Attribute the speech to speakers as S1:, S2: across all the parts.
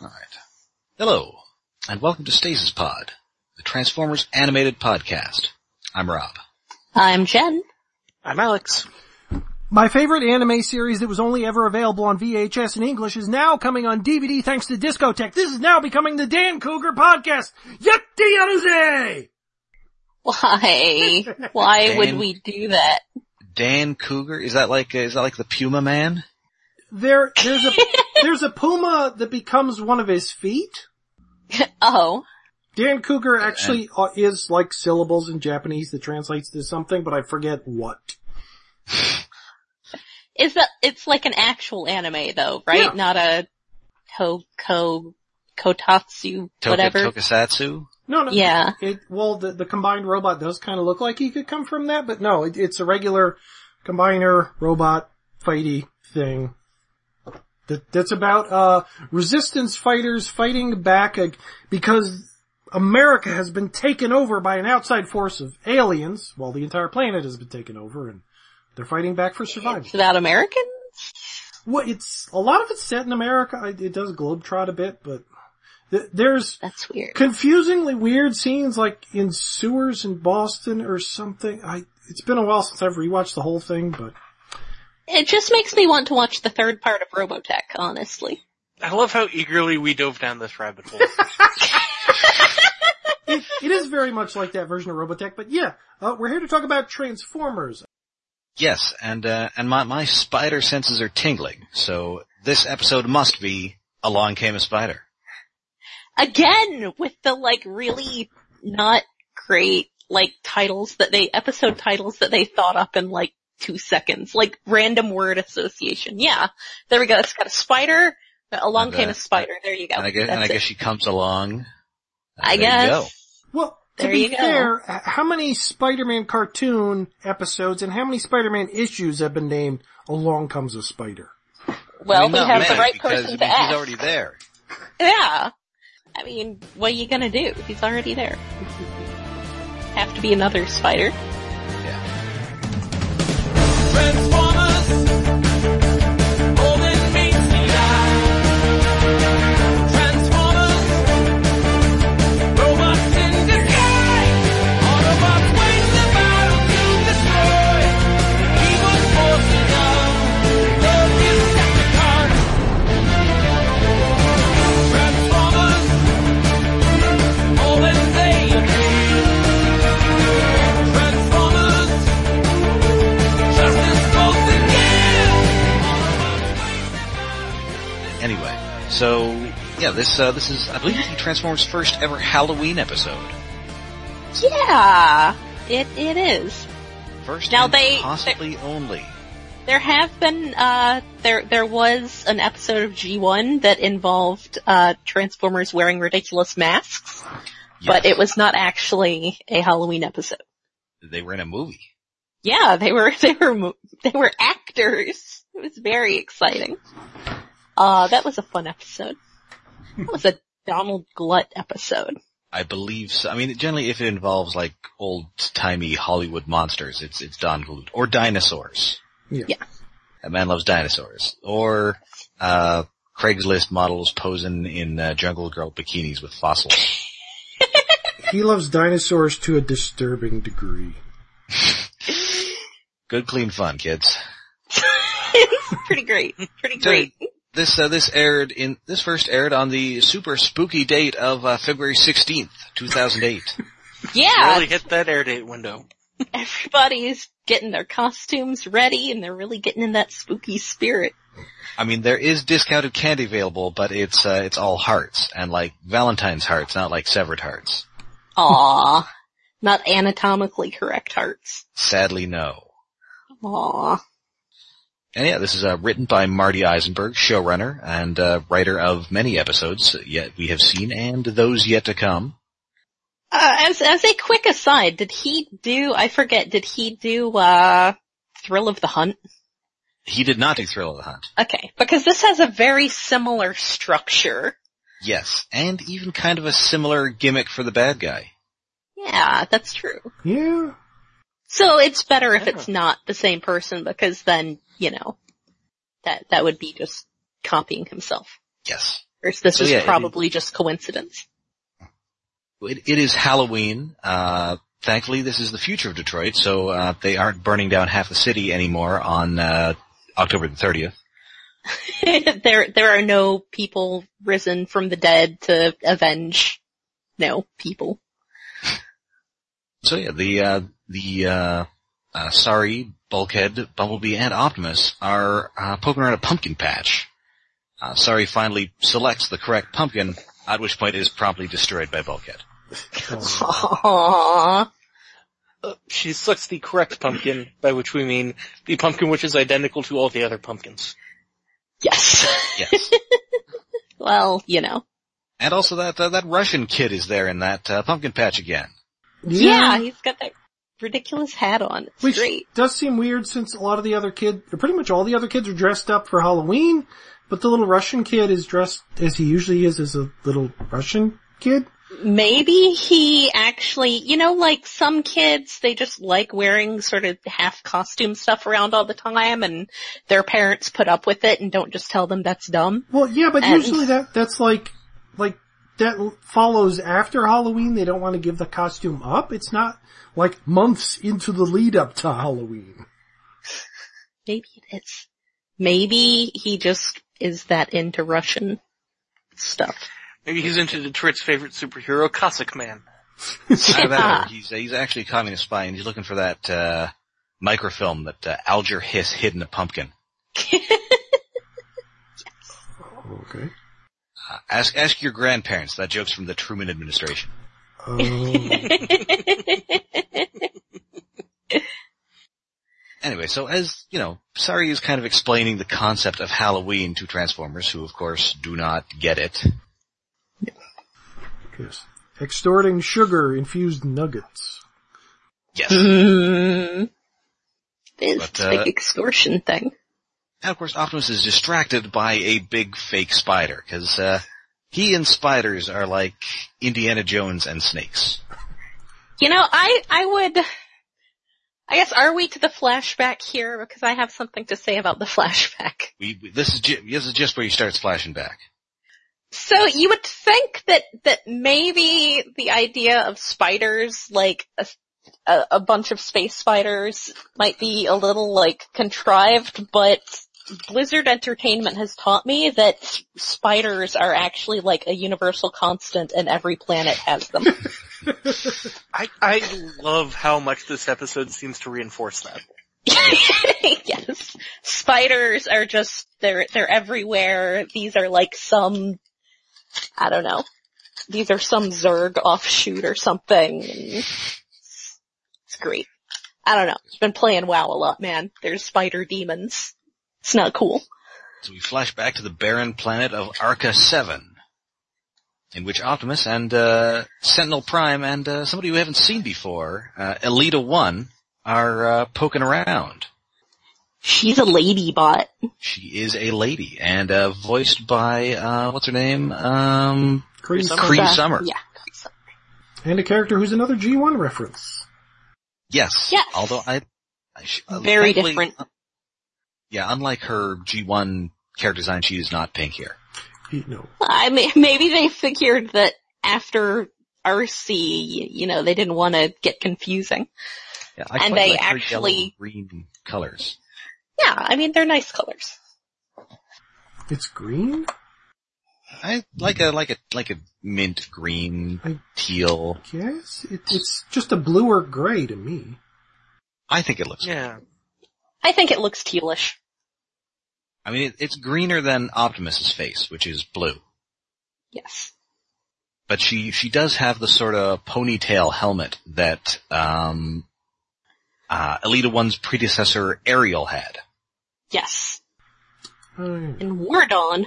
S1: Alright. Hello, and welcome to Stasis Pod, the Transformers animated podcast. I'm Rob.
S2: I'm Jen.
S3: I'm Alex.
S4: My favorite anime series that was only ever available on VHS in English is now coming on DVD thanks to Discotech. This is now becoming the Dan Cougar podcast. Yutti yaruze!
S2: Why? Why would we do that?
S1: Dan Cougar, is that like, uh, is that like the Puma Man?
S4: There, there's a, there's a puma that becomes one of his feet.
S2: Oh,
S4: Dan Cougar actually uh, is like syllables in Japanese that translates to something, but I forget what.
S2: is that? It's like an actual anime though, right?
S4: Yeah.
S2: Not a Toko Kotatsu
S1: Toka-
S2: whatever.
S1: Tokusatsu?
S4: No, no.
S2: Yeah.
S4: It, well, the, the combined robot does kind of look like he could come from that, but no, it, it's a regular combiner robot fighty thing. That, that's about, uh, resistance fighters fighting back ag- because America has been taken over by an outside force of aliens, while the entire planet has been taken over and they're fighting back for survival.
S2: It's about Americans.
S4: Well, it's, a lot of it's set in America. I- It does globetrot a bit, but th- there's,
S2: That's weird.
S4: confusingly weird scenes like in sewers in Boston or something. I it's been a while since I've rewatched the whole thing, but
S2: It just makes me want to watch the third part of Robotech, honestly.
S3: I love how eagerly we dove down this rabbit hole.
S4: it, it is very much like that version of Robotech. But yeah, uh, we're here to talk about Transformers.
S1: Yes, and, uh, and my, my spider senses are tingling, so this episode must be Along Came a Spider.
S2: Again, with the like really not great like titles that they, episode titles that they thought up in like two seconds, like random word association. Yeah. There we go. It's got a spider. Along
S1: And, uh,
S2: came a spider. There you go.
S1: and I guess,
S2: That's
S1: and I
S2: it.
S1: guess she comes along.
S2: I
S1: There you
S2: guess.
S1: go.
S4: Well, to
S2: There
S4: be
S2: you go.
S4: fair, h- how many Spider-Man cartoon episodes and how many Spider-Man issues have been named "Along Comes a Spider"?
S2: Well,
S1: I mean,
S2: we
S1: not
S2: have
S1: many,
S2: the right
S1: because,
S2: person
S1: I mean,
S2: to ask.
S1: He's already there.
S2: yeah. I mean, what are you gonna do? He's already there. Have to be another spider.
S1: Yeah.
S5: Transformers, golden meets the eye. Transformers, robots in disguise. Autobots win the battle to destroy the evil forces of the Decepticons. Transformers, all that they agree. Transformers. Justice goes again.
S1: Anyway, so yeah, this uh, this is I believe it's Transformers' first ever Halloween episode.
S2: Yeah. It it is.
S1: First,
S2: Now
S1: and
S2: they-
S1: possibly only.
S2: There have been uh there there was an episode of G1 that involved uh Transformers wearing ridiculous masks, but it was not actually a Halloween episode.
S1: They were in a movie.
S2: Yeah, they were they were mo- they were actors. It was very exciting. Uh that was a fun episode. That was a Donald Glut episode.
S1: I believe so. I mean, generally, if it involves like old timey Hollywood monsters, it's it's Don Glut or dinosaurs.
S4: Yeah.
S2: Yeah.
S1: A man loves dinosaurs or uh Craigslist models posing in uh, jungle girl bikinis with fossils.
S4: He loves dinosaurs to a disturbing degree.
S1: Good, clean fun, kids.
S2: it's pretty great. Pretty
S1: So-
S2: great.
S1: This uh, this aired in this first aired on the super spooky date of uh, February sixteenth, two thousand eight.
S2: Yeah.
S3: really hit that air date window.
S2: Everybody's getting their costumes ready and they're really getting in that spooky spirit.
S1: I mean, there is discounted candy available, but it's uh, it's all hearts and like Valentine's hearts, not like severed hearts.
S2: Aw. Not anatomically correct hearts.
S1: Sadly, no.
S2: Aw. Uh,
S1: And yeah, this is uh, written by Marty Eisenberg, showrunner and uh, writer of many episodes yet we have seen and those yet to come.
S2: Uh, as, as a quick aside, did he do, I forget, did he do, uh, Thrill of the Hunt?
S1: He did not do Thrill of the Hunt.
S2: Okay, because this has a very similar structure.
S1: Yes, and even kind of a similar gimmick for the bad guy.
S2: Yeah, that's true.
S4: Yeah.
S2: So it's better if it's not the same person because then, you know, that, that would be just copying himself.
S1: Yes.
S2: Or is this
S1: So,
S2: is
S1: yeah, it-
S2: probably just coincidence.
S1: It, it is Halloween. Uh, thankfully, this is the future of Detroit, so uh, they aren't burning down half the city anymore on uh, October the 30th.
S2: there, there are no people risen from the dead to avenge, no, people.
S1: So yeah, the uh, the uh, uh, sorry Bulkhead, Bumblebee, and Optimus are uh, poking around a pumpkin patch. Uh, sorry finally selects the correct pumpkin, at which point it is promptly destroyed by Bulkhead.
S2: Aww.
S3: Uh, she selects the correct pumpkin, by which we mean the pumpkin which is identical to all the other pumpkins.
S2: Yes.
S1: Yes,
S2: well, you know.
S1: and also that uh, that Russian kid is there in that uh, pumpkin patch again.
S2: Yeah, he's got that ridiculous hat on. It's
S4: Which
S2: great.
S4: does seem weird since a lot of the other kids, pretty much all the other kids are dressed up for Halloween, but the little Russian kid is dressed as he usually is as a little Russian kid.
S2: Maybe he actually, you know, like some kids, they just like wearing sort of half costume stuff around all the time and their parents put up with it and don't just tell them that's dumb.
S4: Well, yeah, but
S2: And-
S4: usually that, that's like, like, that l- follows after Halloween. They don't want to give the costume up. It's not like months into the lead up to Halloween.
S2: Maybe it is. Maybe he just is that into Russian stuff.
S3: Maybe he's into Detroit's favorite superhero, Cossack Man.
S1: Either that
S2: Yeah.
S1: or he's he's actually a communist spy and he's looking for that uh, microfilm that uh, Alger Hiss hid in a pumpkin.
S4: Okay.
S1: Uh, ask ask your grandparents. That joke's from the Truman administration.
S4: Um,
S1: Anyway, so as, you know, Sari is kind of explaining the concept of Halloween to Transformers, who of course do not get it.
S4: yes. Extorting sugar infused nuggets.
S1: Yes.
S2: Mm-hmm.
S1: and
S2: Mm. This
S1: But, uh,
S2: big extortion thing.
S1: of course Optimus is distracted by a big fake spider, cause, uh, he and spiders are like Indiana Jones and snakes.
S2: You know, I, I would, I guess are we to the flashback here? Because I have something to say about the flashback.
S1: We, we- this is, ju- this is just where he starts flashing back.
S2: So you would think that, that maybe the idea of spiders, like a, a, a bunch of space spiders might be a little like contrived, but Blizzard Entertainment has taught me that s- spiders are actually like a universal constant and every planet has them.
S3: I, I love how much this episode seems to reinforce that.
S2: yes. Spiders are just, they're, they're everywhere. These are like some, I don't know, these are some Zerg offshoot or something. It's great. I don't know. It's been playing WoW a lot, man. There's spider demons. It's not cool.
S1: So we flash back to the barren planet of Arca 7, in which Optimus and uh, Sentinel Prime and uh, somebody we haven't seen before, uh, Elita 1, are uh, poking around.
S2: She's a lady bot.
S1: She is a lady, and uh, voiced by, uh, what's her name? Um,
S4: Cream
S3: Cream
S1: Cree
S2: Yeah.
S1: Summer.
S2: Yeah.
S4: And a character who's another G1 reference.
S1: Yes.
S2: Yes.
S1: Although I... I sh- uh,
S2: Very
S1: thankfully-
S2: different.
S1: Yeah, unlike her G1 character design, she is not pink here.
S4: You know,
S1: uh,
S2: I mean, maybe they figured that after RC, you know, they didn't want to get confusing.
S1: Yeah, I quite
S2: And they
S1: like her yellow
S2: actually-
S1: green colors.
S2: Yeah, I mean they're nice colors.
S4: it's green?
S1: I like a like a like a mint green
S4: I-
S1: teal.
S4: Yes, it, it's just a bluer gray to me.
S1: I think it looks.
S3: Yeah.
S2: I think it looks tealish.
S1: I mean, it, it's greener than Optimus's face, which is blue.
S2: Yes.
S1: But she she does have the sort of ponytail helmet that um, uh, Alita One's predecessor Ariel had.
S2: Yes.
S4: Uh,
S2: And War Dawn,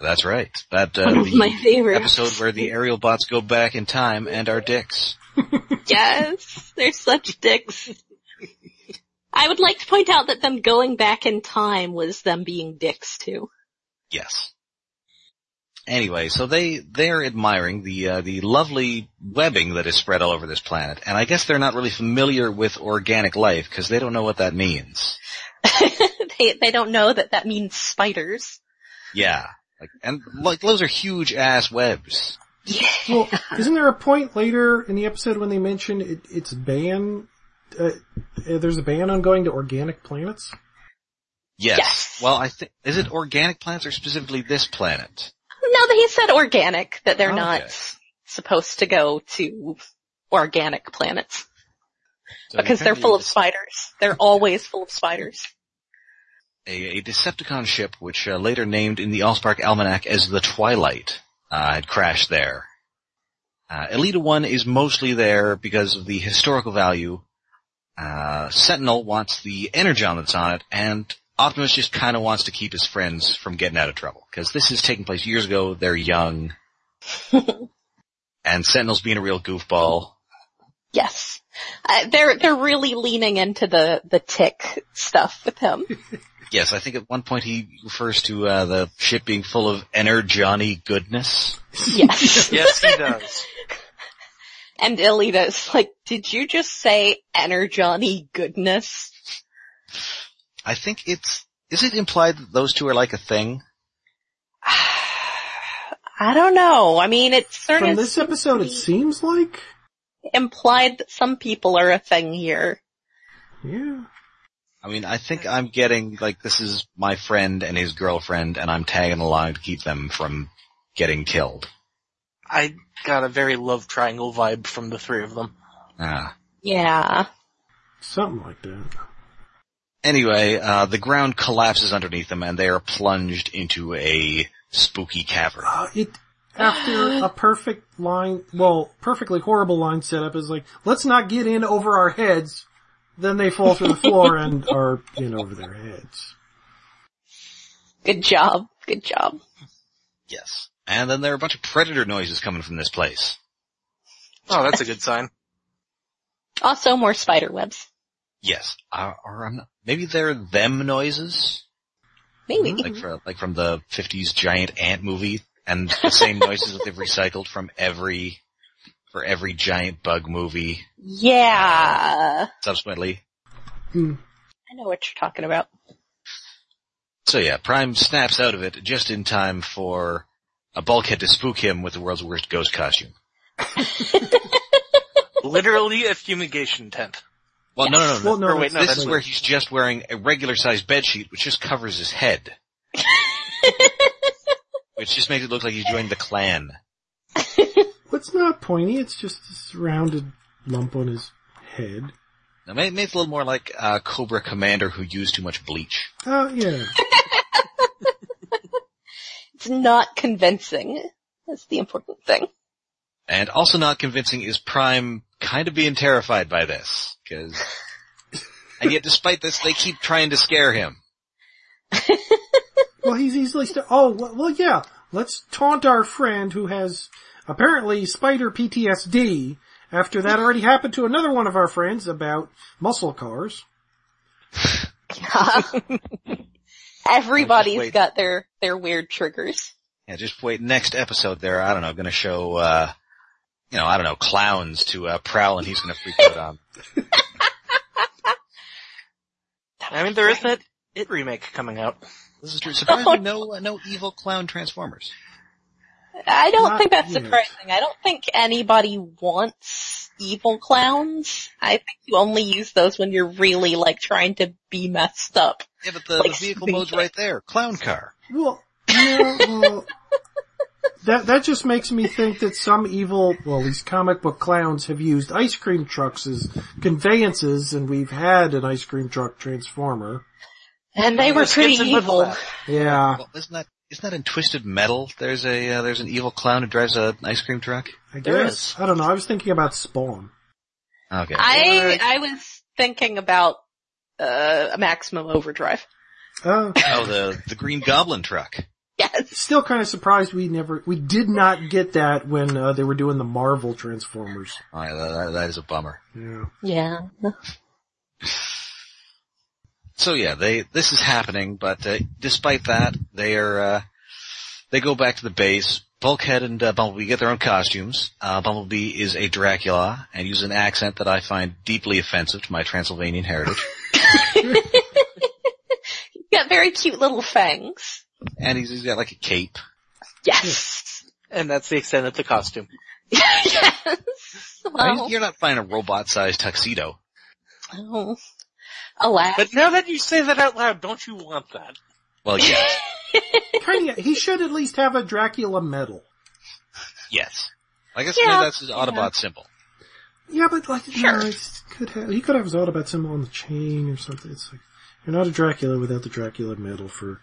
S1: That's right. That uh,
S2: one of my
S1: the
S2: favorites.
S1: episode where the Ariel bots go back in time and are dicks.
S2: Yes, they're such dicks. I would like to point out that them going back in time was them being dicks too.
S1: Yes. Anyway, so they they're admiring the uh, the lovely webbing that is spread all over this planet, and I guess they're not really familiar with organic life because they don't know what that means.
S2: they they don't know that that means spiders.
S1: Yeah, Like, and like those are huge ass webs.
S4: Well, isn't there a point later in the episode when they mention it, it's ban? Uh, uh, there's a ban on going to organic planets.
S1: Yes.
S2: Yes.
S1: Well, I think is it organic planets or specifically this planet?
S2: No, that he said organic, that they're
S1: Okay.
S2: not supposed to go to organic planets because they're full of spiders. They're always full of spiders.
S1: a, a Decepticon ship, which uh, later named in the Allspark Almanac as the Twilight, uh, had crashed there. Uh, Alita 1 is mostly there because of the historical value. Uh, Sentinel wants the energon that's on it, and Optimus just kind of wants to keep his friends from getting out of trouble, because this is taking place years ago, they're young, and Sentinel's being a real goofball.
S2: yes. Uh, they're, they're really leaning into the, the tick stuff with him.
S1: Yes, I think at one point he refers to uh, the ship being full of energon goodness.
S2: Yes.
S3: Yes, he does.
S2: And Alita's like, did you just say energony goodness?
S1: I think it's, is it implied that those two are like a thing?
S2: I don't know. I mean, it's sort
S4: From
S2: of
S4: this episode, it seems like
S2: implied that some people are a thing here.
S4: yeah.
S1: I mean, I think I'm getting, like, this is my friend and his girlfriend and I'm tagging along to keep them from getting killed.
S3: I got a very love triangle vibe from the three of them.
S1: Ah.
S2: Yeah.
S4: Something like that.
S1: Anyway, uh, the ground collapses underneath them and they are plunged into a spooky cavern.
S4: Uh, it after a perfect line, well, perfectly horrible line setup is like, let's not get in over our heads. Then they fall through the floor and are in over their heads.
S2: Good job. Good job.
S1: Yes. And then there are a bunch of predator noises coming from this place.
S3: Oh, that's a good sign.
S2: Also more spider webs.
S1: Yes. Uh, or I'm not, maybe they're them noises?
S2: Maybe.
S4: Mm-hmm.
S1: like for, like from the 50s giant ant movie and the same noises that they've recycled from every for every giant bug movie
S2: yeah.
S1: subsequently.
S2: I know what you're talking about.
S1: So yeah, Prime snaps out of it just in time for a bulkhead to spook him with the world's worst ghost costume.
S3: Literally a fumigation tent.
S1: Well, no, no, no, no.
S4: Well, no,
S3: Or wait, no,
S4: that's-
S1: this is where he's just wearing a regular sized bedsheet which just covers his head. which just makes it look like he's joined the clan.
S4: Well, it's not pointy, it's just this rounded lump on his head.
S1: Now, may- makes it a little more like uh, Cobra Commander who used too much bleach.
S4: Oh, yeah.
S2: It's not convincing. That's the important thing.
S1: And also not convincing is Prime kind of being terrified by this, cause, and yet despite this, they keep trying to scare him.
S4: Well, he's easily st- oh, well, well, yeah, let's taunt our friend who has apparently spider PTSD after that already happened to another one of our friends about muscle cars.
S2: Everybody's
S1: wait.
S2: got their, their weird triggers.
S1: Yeah, just wait, next episode they're, I don't know, gonna show, uh, you know, I don't know, clowns to, uh, Prowl and he's gonna freak out on.
S3: I mean, there is that It remake coming out.
S1: This is true. Surprisingly, no, uh, no evil clown transformers.
S2: I don't
S4: Not
S2: think that's
S4: yet.
S2: surprising. I don't think anybody wants evil clowns. I think you only use those when you're really like trying to be messed up.
S1: Yeah, but the, the vehicle mode's right there. Clown car.
S4: Well, yeah, well, that that just makes me think that some evil, well, these comic book clowns have used ice cream trucks as conveyances, and we've had an ice cream truck transformer.
S2: And they were
S3: There's
S2: pretty
S3: kids in Little
S2: evil.
S3: Lab.
S4: Yeah,
S1: Well, isn't that, isn't that in Twisted Metal? There's a, uh, there's an evil clown who drives an ice cream truck?
S4: I
S3: There
S4: guess.
S3: is.
S4: I don't know. I was thinking about Spawn.
S1: Okay.
S2: I I was thinking about uh maximum overdrive.
S4: Uh,
S1: oh, the, the Green Goblin truck.
S2: Yes.
S4: still kind of surprised we never, we did not get that when uh, they were doing the Marvel Transformers.
S1: Oh, yeah, that- that- that is a bummer.
S4: Yeah.
S2: Yeah.
S1: So yeah, they this is happening, but uh, despite that, they are uh, they go back to the base. Bulkhead and uh, Bumblebee get their own costumes. Uh, Bumblebee is a Dracula and uses an accent that I find deeply offensive to my Transylvanian heritage.
S2: Got very cute little fangs.
S1: and he's, he's got like a cape.
S2: Yes.
S3: And that's the extent of the costume.
S2: yes.
S1: I mean,
S2: Well,
S1: You're not buying a robot-sized tuxedo.
S2: oh, alas.
S3: But now that you say that out loud, don't you want that?
S1: Well, yes,
S4: Kinda, he should at least have a Dracula medal.
S1: yes. I guess
S2: Yeah,
S1: maybe that's his Autobot symbol.
S4: Yeah, but like,
S2: Sure.
S4: no, it's, could have, he could have his Autobot symbol on the chain or something. It's like, you're not a Dracula without the Dracula medal for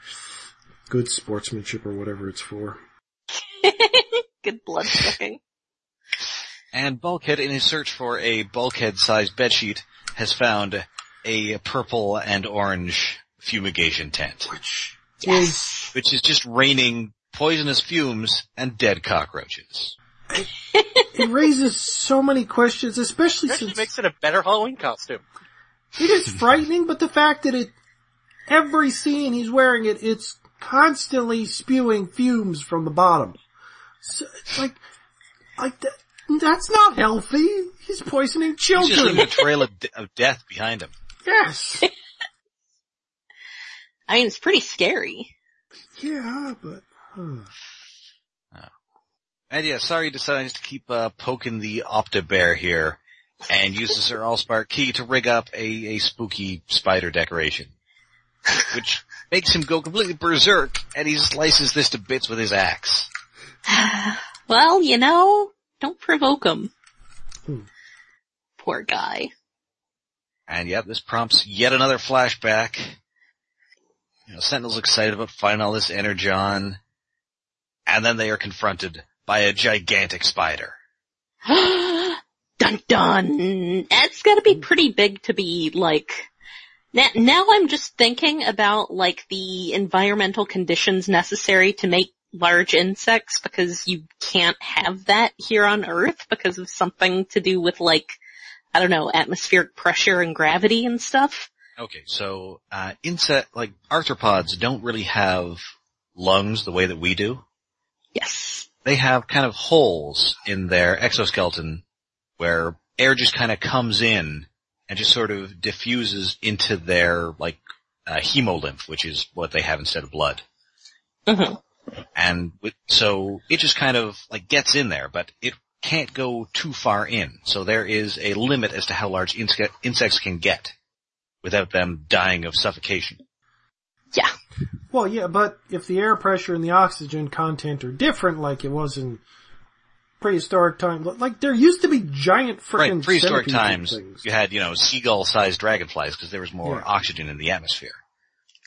S4: good sportsmanship or whatever it's for.
S2: Good blood sucking.
S1: And Bulkhead, in his search for a bulkhead-sized bedsheet, has found a purple and orange fumigation tent,
S4: Which
S2: Yes.
S1: which is just raining poisonous fumes and dead cockroaches.
S4: is, it raises so many questions, especially
S3: It actually
S4: since
S3: makes it a better Halloween costume.
S4: It is frightening, but the fact that it, every scene he's wearing it, it's constantly spewing fumes from the bottom. So it's like, like that, that's not healthy. He's poisoning
S1: He's just
S4: children.
S1: leaving a trail of, de- of death behind him.
S4: yes.
S2: I mean, it's pretty scary.
S4: Yeah, but, huh.
S1: And yeah, sorry decides to keep uh, poking the Opta Bear here, and uses her Allspark key to rig up a, a spooky spider decoration, which makes him go completely berserk, and he slices this to bits with his axe.
S2: Well, you know, don't provoke him.
S4: Hmm.
S2: Poor guy.
S1: And yep, this prompts yet another flashback. You know, Sentinel's excited about finding all this energon, and then they are confronted by a gigantic spider.
S2: dun dun. It's gotta be pretty big to be like, now, now I'm just thinking about like the environmental conditions necessary to make large insects because you can't have that here on Earth because of something to do with like, I don't know, atmospheric pressure and gravity and stuff.
S1: Okay, so uh, insect like arthropods don't really have lungs the way that we do.
S2: Yes.
S1: They have kind of holes in their exoskeleton where air just kind of comes in and just sort of diffuses into their like uh, hemolymph, which is what they have instead of blood.
S2: hmm
S1: And with, so it just kind of like gets in there, but it can't go too far in. So there is a limit as to how large inse- insects can get without them dying of suffocation.
S2: Yeah.
S4: well, yeah, but if the air pressure and the oxygen content are different like it was in prehistoric times, like there used to be giant
S1: Right,
S4: freaking
S1: prehistoric
S4: centipedes and
S1: times,
S4: things.
S1: you had, you know, seagull-sized dragonflies because there was more
S4: Yeah.
S1: oxygen in the atmosphere.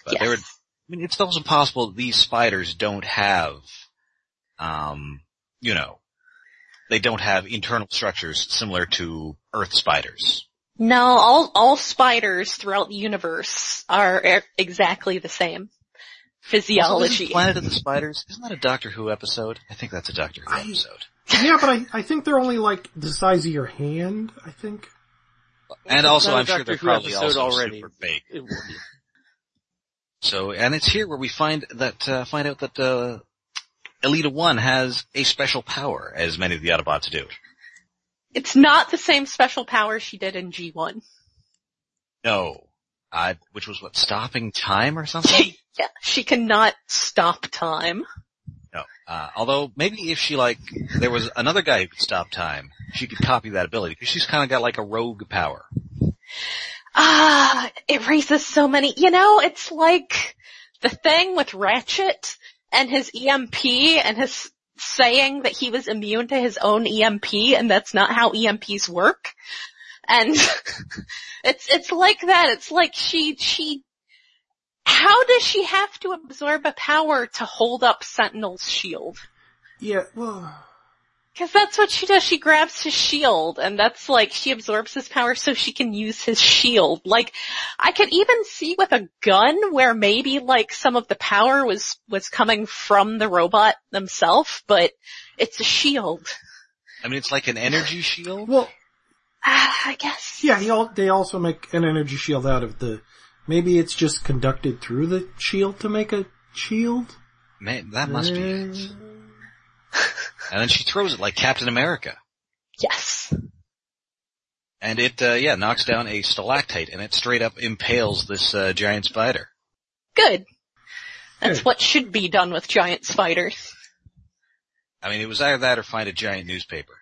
S1: But
S2: yes.
S1: they were, I mean, it's also possible that these spiders don't have, um, you know, they don't have internal structures similar to earth spiders.
S2: No, all all spiders throughout the universe are e- exactly the same
S1: Isn't
S2: physiology.
S1: Planet of the Spiders, isn't that a Doctor Who episode? I think that's a Doctor Who
S4: I-
S1: episode.
S4: Yeah, but I, I think they're only like the size of your hand, I think.
S1: And also,
S3: not a
S1: I'm sure
S3: Doctor
S1: they're
S3: Who
S1: probably
S3: episode
S1: also
S3: already.
S1: super big.
S3: It will be.
S1: So, and it's here where we find that, uh, find out that, uh, Elita 1 has a special power, as many of the Autobots do.
S2: It's not the same special power she did in G1.
S1: No. Uh, which was what, stopping time or something?
S2: Yeah, she cannot stop time.
S1: no. Uh, although maybe if she like, there was another guy who could stop time, she could copy that ability, because she's kinda got like a rogue power.
S2: Ah, it raises so many, you know, it's like the thing with Ratchet and his EMP and his saying that he was immune to his own EMP and that's not how EMPs work. And it's, it's like that. It's like she, she, how does she have to absorb a power to hold up Sentinel's shield?
S4: Yeah, well,
S2: Cause that's what she does. She grabs his shield and that's like, she absorbs his power so she can use his shield. Like, I could even see with a gun where maybe like some of the power was, was coming from the robot themselves, but it's a shield.
S1: I mean, it's like an energy shield.
S4: well,
S2: Ah, I guess.
S4: Yeah, he al- they also make an energy shield out of the. Maybe it's just conducted through the shield to make a shield.
S1: Man, that must be it.
S4: Uh,
S1: And then she throws it like Captain America.
S2: Yes.
S1: And it, uh, yeah, knocks down a stalactite and it straight up impales this, uh, giant spider.
S2: Good. That's what should be done with giant spiders.
S1: I mean, it was either that or find a giant newspaper.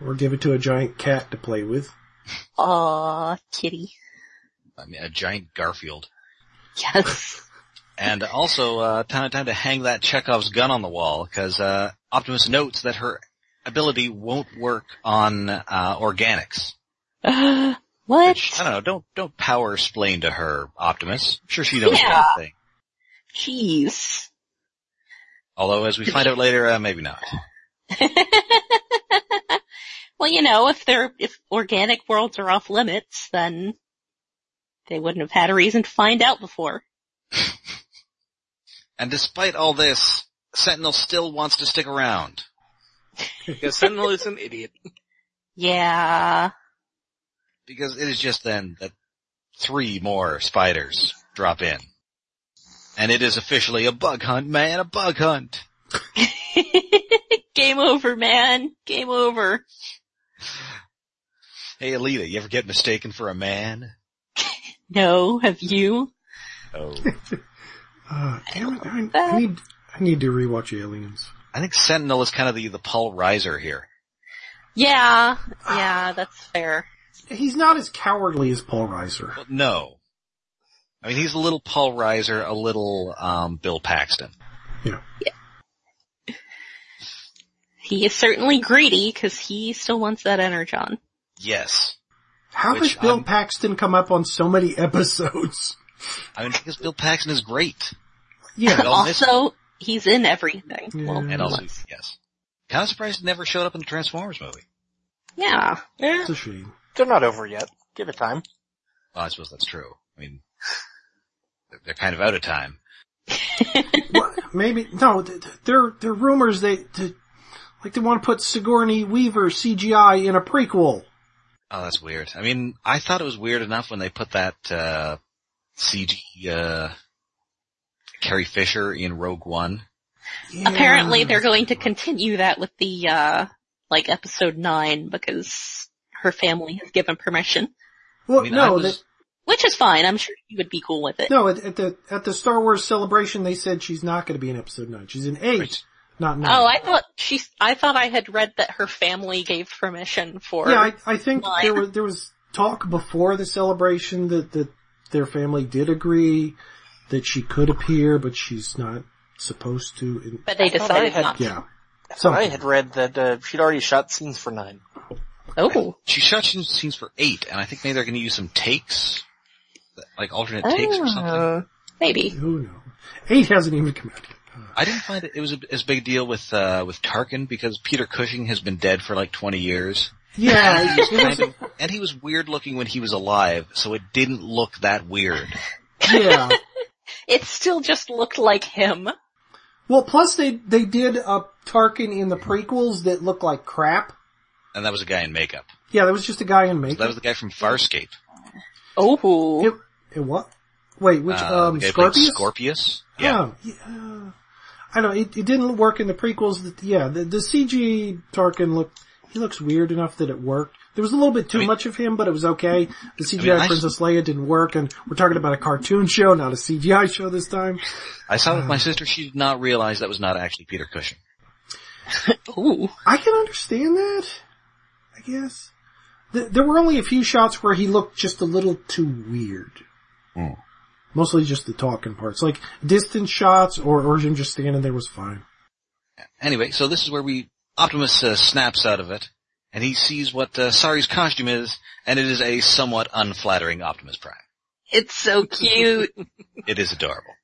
S4: Or give it to a giant cat to play with.
S2: Aw, kitty.
S1: I mean, a giant Garfield.
S2: Yes.
S1: And also, uh, time, time to hang that Chekhov's gun on the wall, cause, uh, Optimus notes that her ability won't work on, uh, organics. Which, I
S2: what?
S1: don't know, don't, don't power explain to her, Optimus. I'm sure she knows
S2: Yeah.
S1: that thing.
S2: Jeez.
S1: Although, as we find out later, uh, maybe not.
S2: well, you know, if they're, if organic worlds are off limits, then they wouldn't have had a reason to find out before.
S1: And despite all this, Sentinel still wants to stick around.
S3: Because Sentinel is an idiot.
S2: Yeah.
S1: because it is just then that three more spiders drop in. And it is officially a bug hunt, man, a bug hunt.
S2: Game over, man. Game over.
S1: Hey Alita, you ever get mistaken for a man?
S2: No, have you?
S1: Oh.
S4: Uh, damn it, I,
S2: that.
S4: I need, I need to rewatch Aliens.
S1: I think Sentinel is kind of the, the Paul Reiser here.
S2: Yeah. Yeah, that's fair.
S4: He's not as cowardly as Paul Reiser.
S1: But no. I mean, he's a little Paul Reiser, a little, um, Bill Paxton.
S2: He is certainly greedy because he still wants that energon.
S1: Yes.
S4: How
S1: Which
S4: does Bill
S1: I'm-
S4: Paxton come up on so many episodes?
S1: I mean, because Bill Paxton is great.
S4: Yeah.
S1: But all this-
S2: also, he's in everything. Well,
S4: Yeah.
S1: And also,
S2: once.
S1: yes. Kind of surprised it never showed up in the Transformers movie.
S2: yeah.
S3: Eh,
S4: It's a shame.
S3: they're not over yet. Give it time.
S1: Well, I suppose that's true. I mean, they're- they're kind of out of time.
S4: Well, maybe, no, th- th- there, there are rumors they, th- like they want to put Sigourney Weaver CGI in a prequel.
S1: Oh, that's weird. I mean, I thought it was weird enough when they put that, uh, CG, uh, Carrie Fisher in Rogue One.
S4: Yeah.
S2: Apparently, they're going to continue that with the uh, like episode nine because her family has given permission,
S4: Well,
S1: I mean, I
S4: no,
S1: was-
S2: which is fine. I'm sure you would be cool with it.
S4: they- no, at, at the, at the Star Wars celebration they said she's not going to be in episode 9. She's in 8,
S1: Right.
S4: not 9.
S2: Oh, I thought she. I thought I had read that her family gave permission for.
S4: Yeah, I, I think
S2: Why?
S4: there was there was talk before the celebration that that their family did agree that she could appear, but she's not supposed to. And,
S2: but they
S3: I thought I
S2: decided
S3: had-
S2: not. to.
S4: yeah,
S3: So I
S4: something.
S3: had read that uh, she'd already shot scenes for nine.
S2: Oh,
S1: She shot some scenes for eight, and I think maybe they're gonna use some takes, like alternate takes or something.
S4: Oh.
S3: Uh,
S2: maybe.
S4: Who knows? Eight hasn't even come out yet.
S1: I didn't find it, it was a, as big a deal with, uh, with Tarkin because Peter Cushing has been dead for like 20 years.
S4: Yeah, it- it
S1: Kind
S4: was-
S1: of, and he was weird looking when he was alive, so it didn't look that weird.
S4: yeah.
S2: It still just looked like him.
S4: Well, plus they they did a Tarkin in the prequels that looked like crap.
S1: And that was a guy in makeup.
S4: Yeah, there was just a guy in
S1: That
S4: makeup.
S1: was the guy from Farscape.
S2: Oh,
S4: It, it what? Wait, which
S1: Uh,
S4: um
S1: the guy who played
S4: Scorpius?
S1: Scorpius? Yeah.
S4: Oh, yeah. I don't know, it, it didn't work in the prequels. That, yeah, the, the CG Tarkin looked, he looks weird enough that it worked. There was a little bit too
S1: I mean-
S4: much of him, but it was okay. The CGI
S1: I s-
S4: Princess Leia didn't work, and we're talking about a cartoon show, not a CGI show this time.
S1: I saw it with my
S4: Uh.
S1: sister. She did not realize that was not actually Peter Cushing.
S2: oh,
S4: I can understand that, I guess. Th- there were only a few shots where he looked just a little too weird.
S1: Hmm.
S4: Mostly just the talking parts, like distant shots or, or him just standing there was fine.
S1: Anyway, so this is where we Optimus uh, snaps out of it, and he sees what uh, Sari's costume is, and it is a somewhat unflattering Optimus Prime.
S2: it's so cute.
S1: It is adorable.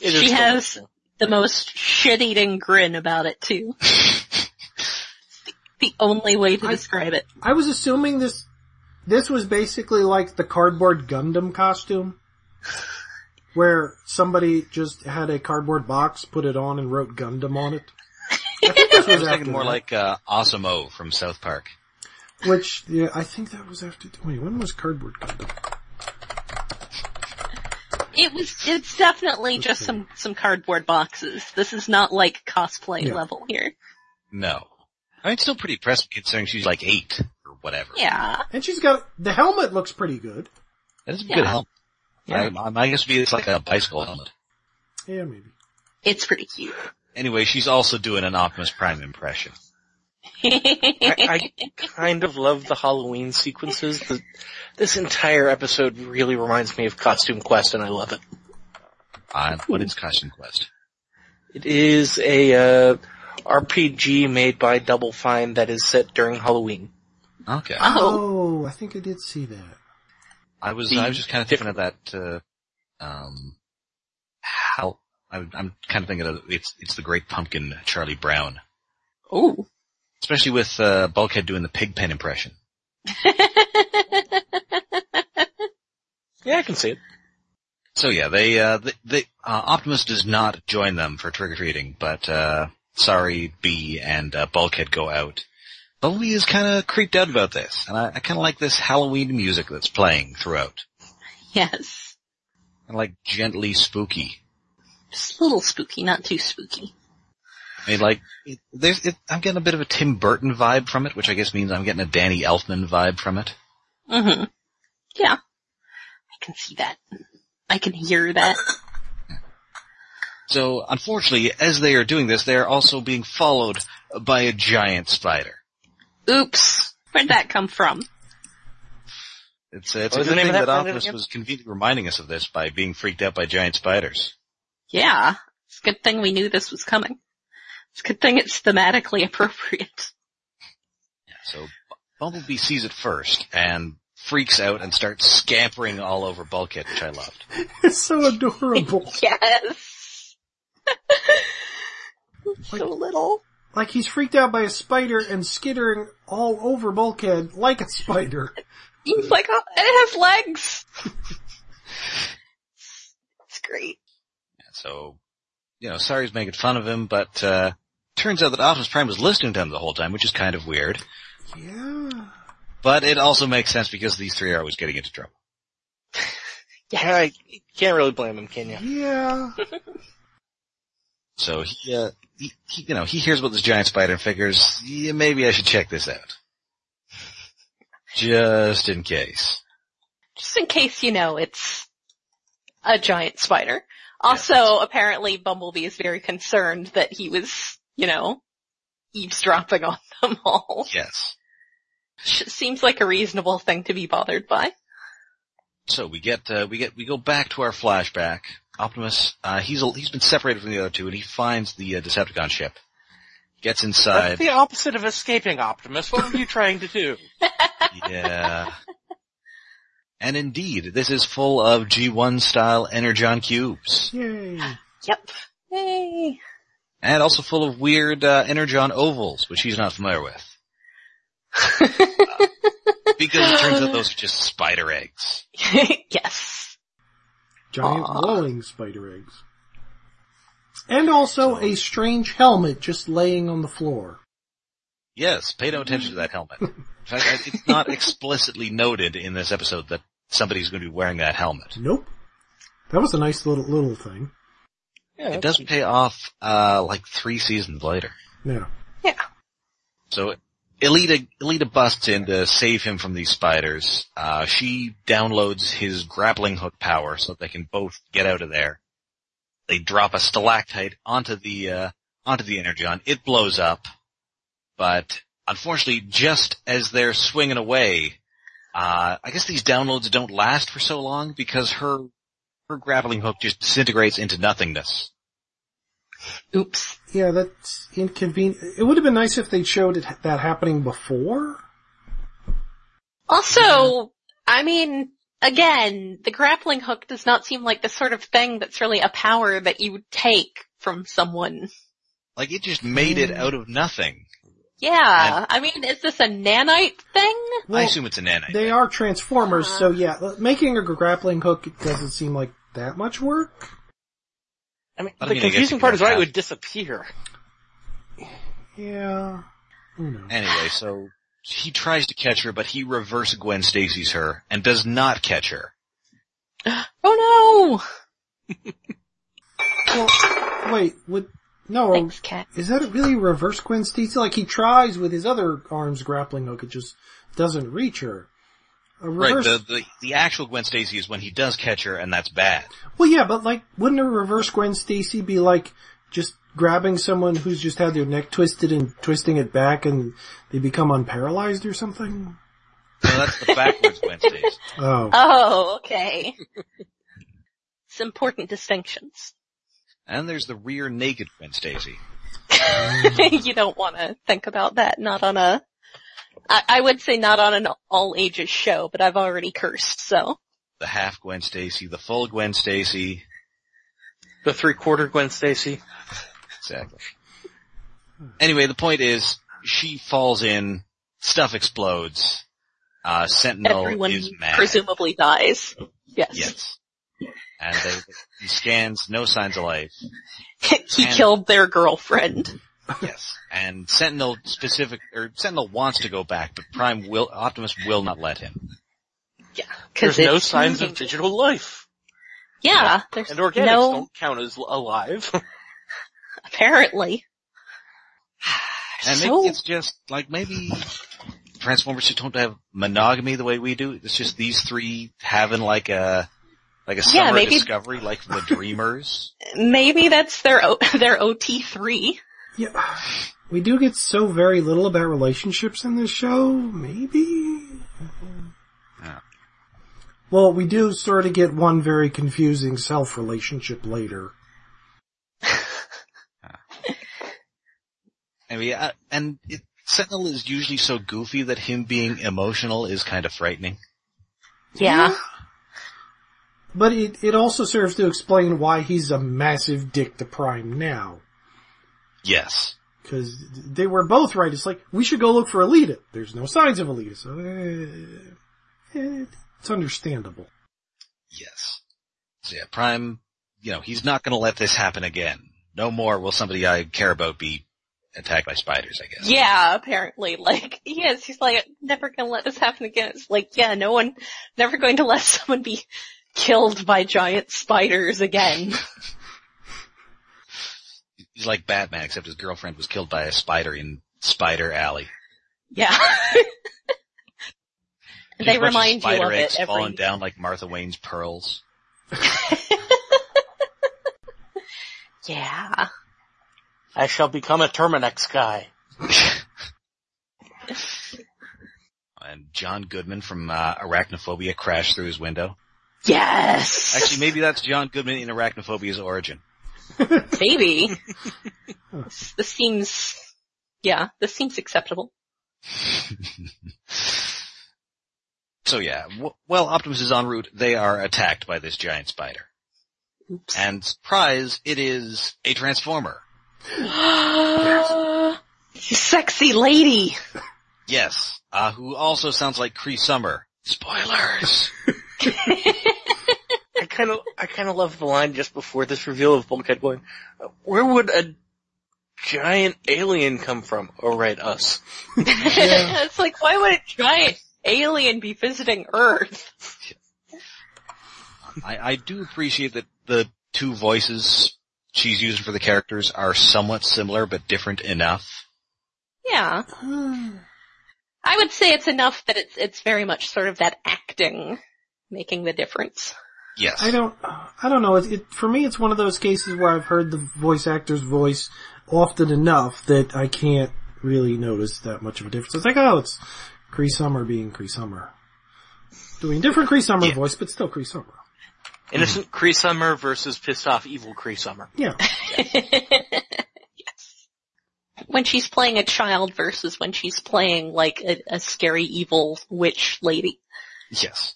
S3: it is
S2: she
S3: still-
S2: has the most shit-eating grin about it too. the only way to
S4: I-
S2: describe it.
S4: I was assuming this, this was basically like the cardboard Gundam costume. Where somebody just had a cardboard box, put it on and wrote Gundam on it. I think this
S1: I
S4: was
S1: was
S4: after
S1: thinking more
S4: that,
S1: like uh, Osimo from South Park.
S4: which, yeah, I think that was after, wait, when was cardboard Gundam?
S2: It was, it's definitely just some, some cardboard boxes. This is not like cosplay
S4: Yeah.
S2: level here.
S1: No. I mean, it's still pretty impressive considering she's like eight or whatever.
S2: Yeah.
S4: And she's got, the helmet looks pretty good.
S1: That is a
S2: Yeah.
S1: good help. I, I, I guess it'd be it's like a bicycle helmet.
S4: Yeah, maybe.
S2: It's pretty cute.
S1: Anyway, she's also doing an Optimus Prime impression.
S3: I, I kind of love the Halloween sequences. The, this entire episode really reminds me of Costume Quest, and I love it.
S1: Uh, what is Costume Quest?
S3: It is a uh, RPG made by Double Fine that is set during Halloween.
S1: Okay.
S2: oh,
S4: Oh, I think I did see that.
S1: I was
S3: the
S1: I was just kind of thinking of that. Uh, um, how I, I'm kind of thinking of it's it's the Great Pumpkin, Charlie Brown,
S2: oh.
S1: especially with uh, Bulkhead doing the Pigpen impression.
S3: Yeah, I can see it.
S1: So yeah, they uh, they, they uh, Optimus does not join them for trick or treating, but uh, sorry, B and uh, Bulkhead go out. Bumblebee is kind of creeped out about this, and I, I kind of like this Halloween music that's playing throughout,
S2: yes.
S1: and like gently spooky.
S2: Just a little spooky, not too spooky.
S1: I mean, like, it, there's, it, I'm getting a bit of a Tim Burton vibe from it, which I guess means I'm getting a Danny Elfman vibe from it.
S2: hmm Yeah. I can see that. I can hear that.
S1: So, unfortunately, as they are doing this, they are also being followed by a giant spider.
S2: Oops. Where'd that come from?
S1: It's, it's
S3: What
S1: a
S3: was the
S1: good
S3: name
S1: thing that
S3: of that planet
S1: Optimus
S3: again?
S1: was conveniently reminding us of this by being freaked out by giant spiders.
S2: Yeah. It's a good thing we knew this was coming. It's a good thing it's thematically appropriate.
S1: So, Bu- Bumblebee sees it first and freaks out and starts scampering all over Bulkhead, which I loved.
S4: It's so adorable.
S2: Yes. so little.
S4: like he's freaked out by a spider and skittering all over Bulkhead like a spider.
S2: He's like, oh, it has legs. it's great.
S1: So, you know, Sari's making fun of him, but, uh, turns out that Optimus Prime was listening to him the whole time, which is kind of weird.
S4: Yeah.
S1: But it also makes sense because these three are always getting into trouble.
S3: Yeah, I can't really blame him, can you?
S4: Yeah.
S1: So he, uh, he, he you know, he hears about this giant spider and figures, yeah, maybe I should check this out. Just in case.
S2: Just in case you know, it's a giant spider. Also, apparently Bumblebee is very concerned that he was, you know, eavesdropping on them all.
S1: Yes.
S2: Which seems like a reasonable thing to be bothered by.
S1: So we get, uh, we get, we go back to our flashback. Optimus, uh, he's, a, he's been separated from the other two and he finds the uh, Decepticon ship. Gets
S3: That's
S1: inside.
S3: the opposite of escaping Optimus. What were you trying to do?
S1: yeah. And indeed, this is full of G1 style Energon cubes.
S4: Yay.
S2: Yep. Yay.
S1: And also full of weird uh, energon ovals, which he's not familiar with. Because it turns out those are just spider eggs.
S2: yes.
S4: Giant
S2: Aw.
S4: glowing spider eggs. And also a strange helmet just laying on the floor.
S1: Yes, pay no attention to that helmet. In fact, I- it's not explicitly noted in this episode that somebody's going to be wearing that helmet.
S4: Nope. That was a nice little, little thing.
S3: Yeah,
S1: It does pay off, uh, like three seasons later.
S4: Yeah.
S2: Yeah.
S1: So, Elita, Elita busts in to save him from these spiders. Uh, she downloads his grappling hook power so that they can both get out of there. They drop a stalactite onto the, uh, onto the energon. It blows up. But, unfortunately, just as they're swinging away, uh, I guess these downloads don't last for so long because her, her grappling hook just disintegrates into nothingness.
S2: Oops.
S4: Yeah, that's inconvenient. It would have been nice if they showed it, that happening before.
S2: Also, I mean, again, the grappling hook does not seem like the sort of thing that's really a power that you would take from someone.
S1: Like it just made
S4: Mm.
S1: it out of nothing.
S2: Yeah. I mean, is this a nanite thing?
S1: I
S4: Well,
S1: assume it's a nanite.
S4: They are transformers, so yeah, making a grappling hook doesn't seem like that much work.
S3: I mean,
S1: I
S3: the
S1: mean, I guess
S3: confusing
S1: you
S3: part is
S1: don't
S3: why it
S1: have-
S3: would disappear.
S4: Yeah. Who knows?
S1: Anyway, so he tries to catch her, but he reverse Gwen Stacy's her and does not catch her.
S2: Oh
S4: Well, wait, would, no,
S2: no! Thanks, Cat.
S4: is that really reverse Gwen Stacy? Like he tries with his other arm's grappling hook, it just doesn't reach her. a
S1: Right,
S4: reverse.
S1: the, the, the actual Gwen Stacy is when he does catch her and that's bad.
S4: Well, yeah, but like, wouldn't a reverse Gwen Stacy be like just grabbing someone who's just had their neck twisted and twisting it back, and they become unparalyzed or something?
S1: No, that's the backwards Gwen Stacy.
S4: Oh,
S2: Oh, okay. it's important distinctions.
S1: And there's the rear naked Gwen Stacy.
S2: you don't want to think about that. Not on a. I, I would say not on an all ages show, but I've already cursed, so.
S1: The half Gwen Stacy, the full Gwen Stacy.
S3: The three quarter Gwen Stacy.
S1: Exactly. Anyway, the point is, she falls in, stuff explodes, uh, Sentinel
S2: Everyone
S1: is mad.
S2: presumably dies. Yes.
S1: Yes. And they, he scans, no signs of life.
S2: he
S1: And-
S2: killed their girlfriend.
S1: Yes. And Sentinel specific, or Sentinel wants to go back, but Prime will, Optimus will not let him.
S2: Yeah.
S3: There's no
S2: it's-
S3: signs of digital life.
S2: Yeah. There's
S3: And organics
S2: no,
S3: don't count as alive.
S2: apparently.
S1: And
S2: so,
S1: maybe it's just, like, maybe Transformers just don't have monogamy the way we do. It's just these three having like a, like a
S2: Yeah,
S1: summer
S2: maybe-
S1: discovery, like the Dreamers.
S2: maybe that's their, O- their OT3.
S4: yeah. We do get so very little about relationships in this show. Maybe.
S1: Yeah.
S4: Well, we do sort of get one very confusing self relationship later.
S1: I mean, uh, and it, Sentinel is usually so goofy that him being emotional is kind of frightening.
S2: Yeah.
S4: But it, it also serves to explain why he's a massive dick to Prime now.
S1: Yes.
S4: Cause they were both right. It's like, we should go look for Alita. There's no signs of Alita, so eh, eh, it's understandable.
S1: Yes. So yeah, Prime, you know, he's not gonna let this happen again. No more will somebody I care about be attacked by spiders, I guess.
S2: Yeah, apparently. Like, yes, he's like, never gonna let this happen again. It's like, yeah, no one, never going to let someone be killed by giant spiders again.
S1: He's like Batman, except his girlfriend was killed by a spider in Spider Alley.
S2: Yeah.
S1: Just a
S2: they
S1: bunch of
S2: remind you
S1: spider
S2: of
S1: eggs
S2: it every
S1: falling down like Martha Wayne's pearls.
S2: Yeah.
S3: I shall become a Terminex guy.
S1: And John Goodman from uh, Arachnophobia crashed through his window.
S2: Yes.
S1: Actually, maybe that's John Goodman in Arachnophobia's origin.
S2: Maybe. this, this seems, yeah, this seems acceptable.
S1: So yeah, w- while Optimus is en route, they are attacked by this giant spider.
S2: Oops.
S1: And surprise, it is a transformer.
S2: Sexy lady.
S1: Yes, uh, who also sounds like Cree Summer. Spoilers.
S3: I kind of, I kind of love the line just before this reveal of Bulkhead going, "Where would a giant alien come from?" Oh, right, us.
S2: it's like, why would a giant alien be visiting Earth?
S1: I, I do appreciate that the two voices she's using for the characters are somewhat similar but different enough.
S2: Yeah. I would say it's enough that it's, it's very much sort of that acting making the difference.
S1: Yes.
S4: I don't, I don't know. It, it, for me, it's one of those cases where I've heard the voice actor's voice often enough that I can't really notice that much of a difference. It's like, oh, it's Cree Summer being Cree Summer. Doing different Cree Summer
S1: Yeah.
S4: voice, but still Cree Summer.
S3: Innocent Cree Summer versus pissed off evil Cree Summer.
S4: Yeah.
S2: When she's playing a child versus when she's playing like a, a scary evil witch lady,
S1: Yes.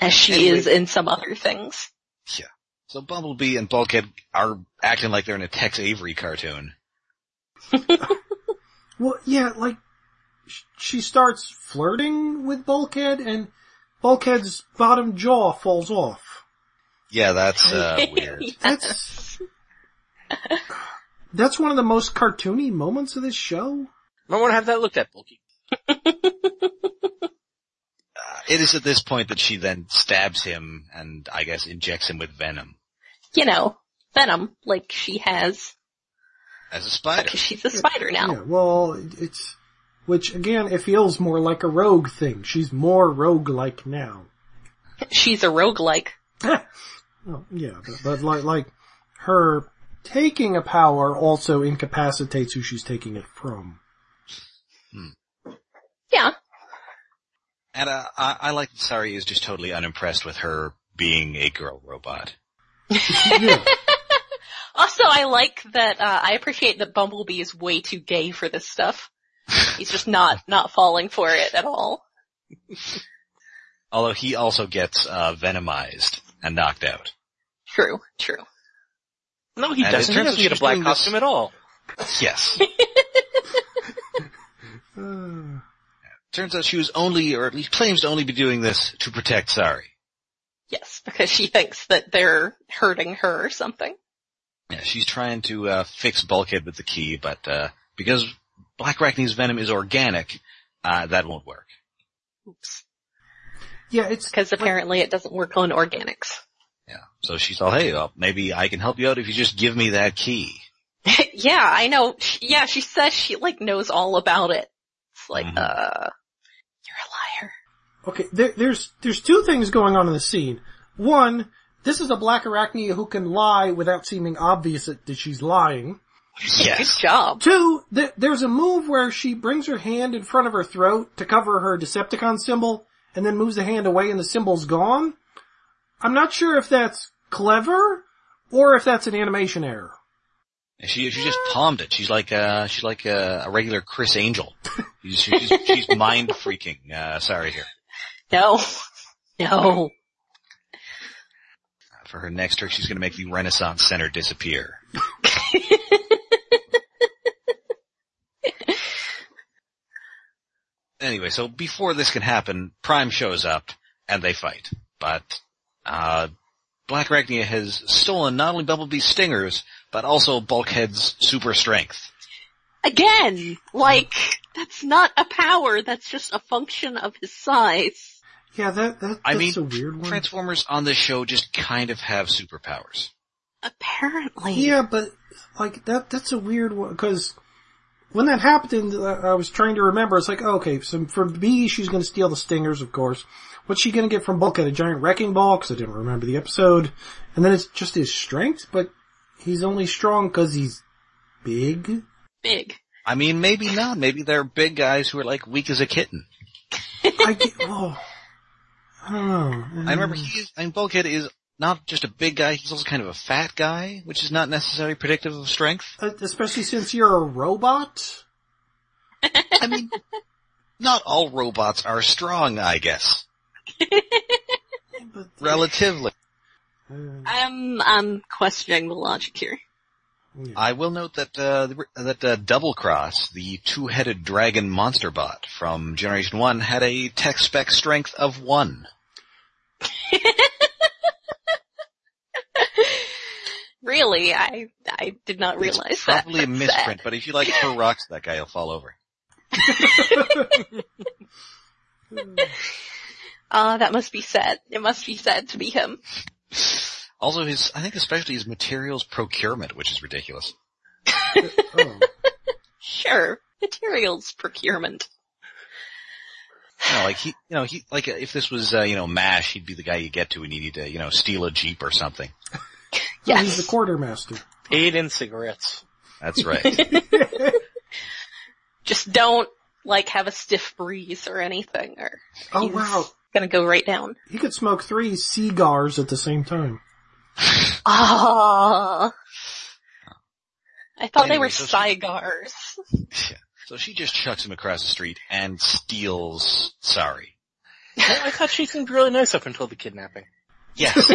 S2: as she
S1: Anyway.
S2: is in some other things.
S1: So Bumblebee and Bulkhead are acting like they're in a Tex Avery cartoon.
S4: Well, yeah, like sh- she starts flirting with Bulkhead, and Bulkhead's bottom jaw falls off.
S1: Yeah, that's uh, weird.
S4: That's that's one of the most cartoony moments of this show.
S3: I want to have that looked at, Bulky.
S1: It is at this point that she then stabs him and I guess injects him with venom
S2: you know, venom, like she has,
S1: as a spider.
S2: because she's a spider now.
S4: Yeah, well, it- it's which again, it feels more like a rogue thing. She's more rogue-like now.
S2: She's a roguelike.
S4: Well, yeah, but, but like, like, her taking a power also incapacitates who she's taking it from.
S2: Yeah.
S1: And uh, I, I like Sari is just totally unimpressed with her being a girl robot.
S4: Yeah.
S2: Also, I like that, uh, I appreciate that Bumblebee is way too gay for this stuff. He's just not, not falling for it at all.
S1: Although he also gets uh, venomized and knocked out.
S2: True, true.
S3: No, he
S1: And it
S3: doesn't. He
S1: turns out
S3: doesn't get a
S1: she's
S3: black
S1: doing this-
S3: costume at all.
S1: Yes.
S4: Uh,
S1: Turns out she was only, or at least claims to only be doing this to protect Sari.
S2: Yes, because she thinks that they're hurting her or something.
S1: Yeah, she's trying to uh, fix Bulkhead with the key, but uh, because Black Arachne's venom is organic, uh, that won't work.
S2: Oops.
S4: yeah, it's
S2: Because apparently it doesn't work on organics.
S1: Yeah. So she thought, hey, well, maybe I can help you out if you just give me that key.
S2: yeah, I know. She- Yeah, she says she like knows all about it. It's like,
S1: Mhm.
S2: uh, you're a liar.
S4: Okay, there, there's there's two things going on in the scene. One, this is a black arachne who can lie without seeming obvious that, that she's lying.
S2: Good job.
S4: Two, th- there's a move where she brings her hand in front of her throat to cover her Decepticon symbol, and then moves the hand away, and the symbol's gone. I'm not sure if that's clever or if that's an animation error.
S1: And she she just palmed it. She's like uh she's like a, a regular Chris Angel. She's she's, she's mind freaking. Uh, sorry here
S2: No. No.
S1: for her next trick. She's gonna make the Renaissance Center disappear. anyway, so before this can happen, Prime shows up and they fight. But uh Black Arachnia has stolen not only Bumblebee's stingers but also Bulkhead's super strength.
S2: Again, like, that's not a power, that's just a function of his size.
S4: Yeah, that, that that's
S1: I mean,
S4: a weird one.
S1: Transformers on this show just kind of have superpowers.
S2: Apparently.
S4: Yeah, but like that that's a weird one because when that happened, uh, I was trying to remember. It's like oh, okay, so from B, she's going to steal the stingers, of course. What's she going to get from Bulkhead? A giant wrecking ball? Because I didn't remember the episode. And then it's just his strength, but he's only strong because he's big.
S2: Big.
S1: I mean, maybe not. Maybe they're big guys who are like weak as a kitten.
S4: I get. Whoa. I don't know.
S1: I remember he's, I mean, Bulkhead is not just a big guy, he's also kind of a fat guy, which is not necessarily predictive of strength.
S4: Uh, Especially since you're a robot.
S1: I mean, not all robots are strong, I guess.
S4: But,
S1: Relatively.
S4: uh,
S2: I'm, I'm questioning the logic here.
S4: yeah.
S1: I will note that, uh, the- that, uh, Doublecross, the two-headed dragon monster bot from Generation 1 had a tech spec strength of one.
S2: Really, I, I did not realize
S1: it's
S2: that.
S1: probably a
S2: That's
S1: misprint, but if you like throw rocks, that guy will fall over.
S2: sad. Uh, that must be sad. It must be sad to be him.
S1: Also, his I think especially his materials procurement, which is ridiculous.
S4: oh.
S2: Sure. Materials procurement.
S1: You know, like he, you know, he like uh, if this was uh, you know Mash, he'd be the guy you get to when you need to you know steal a jeep or something.
S4: He's the
S2: Yes.
S4: quartermaster.
S3: Paid in cigarettes.
S1: That's right.
S2: Just don't, like, have a stiff breeze or anything or
S4: Oh
S2: He's-
S4: wow.
S2: gonna go right down.
S4: He could smoke three cigars at the same time.
S2: Ah. I thought they
S1: Anyway,
S2: were
S1: so she-
S2: cigars.
S1: so she just chucks him across the street and steals. Sorry.
S3: I, I thought she seemed really nice up until the kidnapping.
S1: Yes.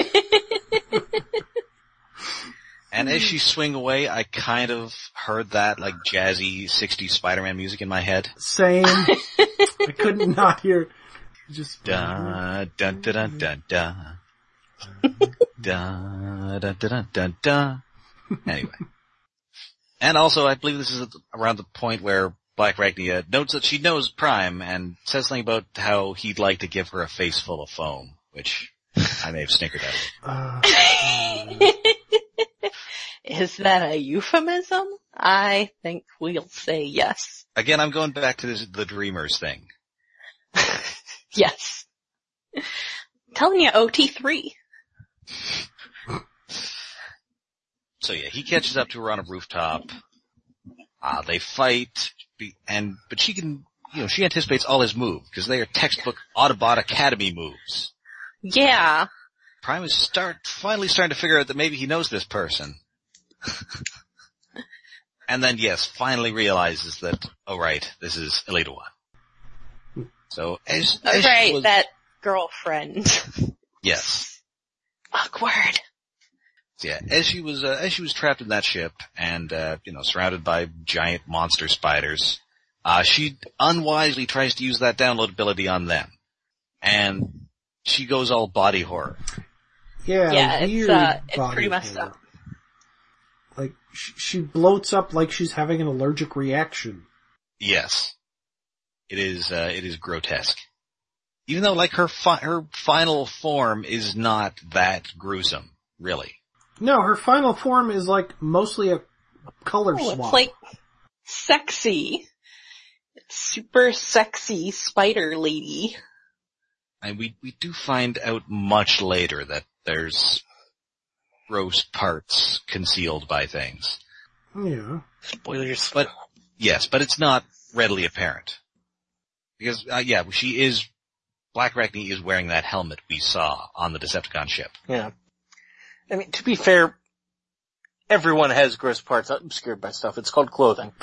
S1: and as she swing away, I kind of heard that like jazzy '60s Spider-Man music in my head.
S4: Same. I couldn't not hear. Just
S1: Da da da da da da da da da da da. Anyway, and also I believe this is around the point where Black Ragnia notes that she knows Prime and says something about how he'd like to give her a face full of foam, which I may have snickered at.
S4: Uh,
S2: Is that a euphemism? I think we'll say yes.
S1: Again, I'm going back to this, the Dreamers thing.
S2: Yes. Telling you OT3.
S1: So yeah, he catches up to her on a rooftop. Uh, they fight, be- and, but she can, you know, she anticipates all his moves, because they are textbook Autobot Academy moves.
S2: Yeah.
S1: Prime is start, finally starting to figure out that maybe he knows this person. and then yes, finally realizes that, oh right, this is Elita One. So as, as she
S2: Right,
S1: was-
S2: that girlfriend.
S1: yes.
S2: Awkward.
S1: Yeah, as she was uh, as she was trapped in that ship and uh, you know surrounded by giant monster spiders, uh, she unwisely tries to use that download ability on them, and she goes all body horror.
S4: Yeah,
S2: Yeah, it's,
S4: weird
S2: uh, it's
S4: body
S2: pretty messed
S4: horror.
S2: up.
S4: Like she, she bloats up like she's having an allergic reaction.
S1: Yes, it is uh, it is grotesque. Even though like her fi- her final form is not that gruesome, really.
S4: No, her final form is like mostly a color
S2: Oh,
S4: swap.
S2: it's like sexy. It's super sexy spider lady.
S1: And we, we do find out much later that there's gross parts concealed by things.
S4: yeah.
S3: Spoilers.
S1: But- Yes, but it's not readily apparent. Because, uh, yeah, she is, Black Arachne is wearing that helmet we saw on the Decepticon ship.
S3: Yeah. I mean, to be fair, everyone has gross parts obscured by stuff. It's called clothing.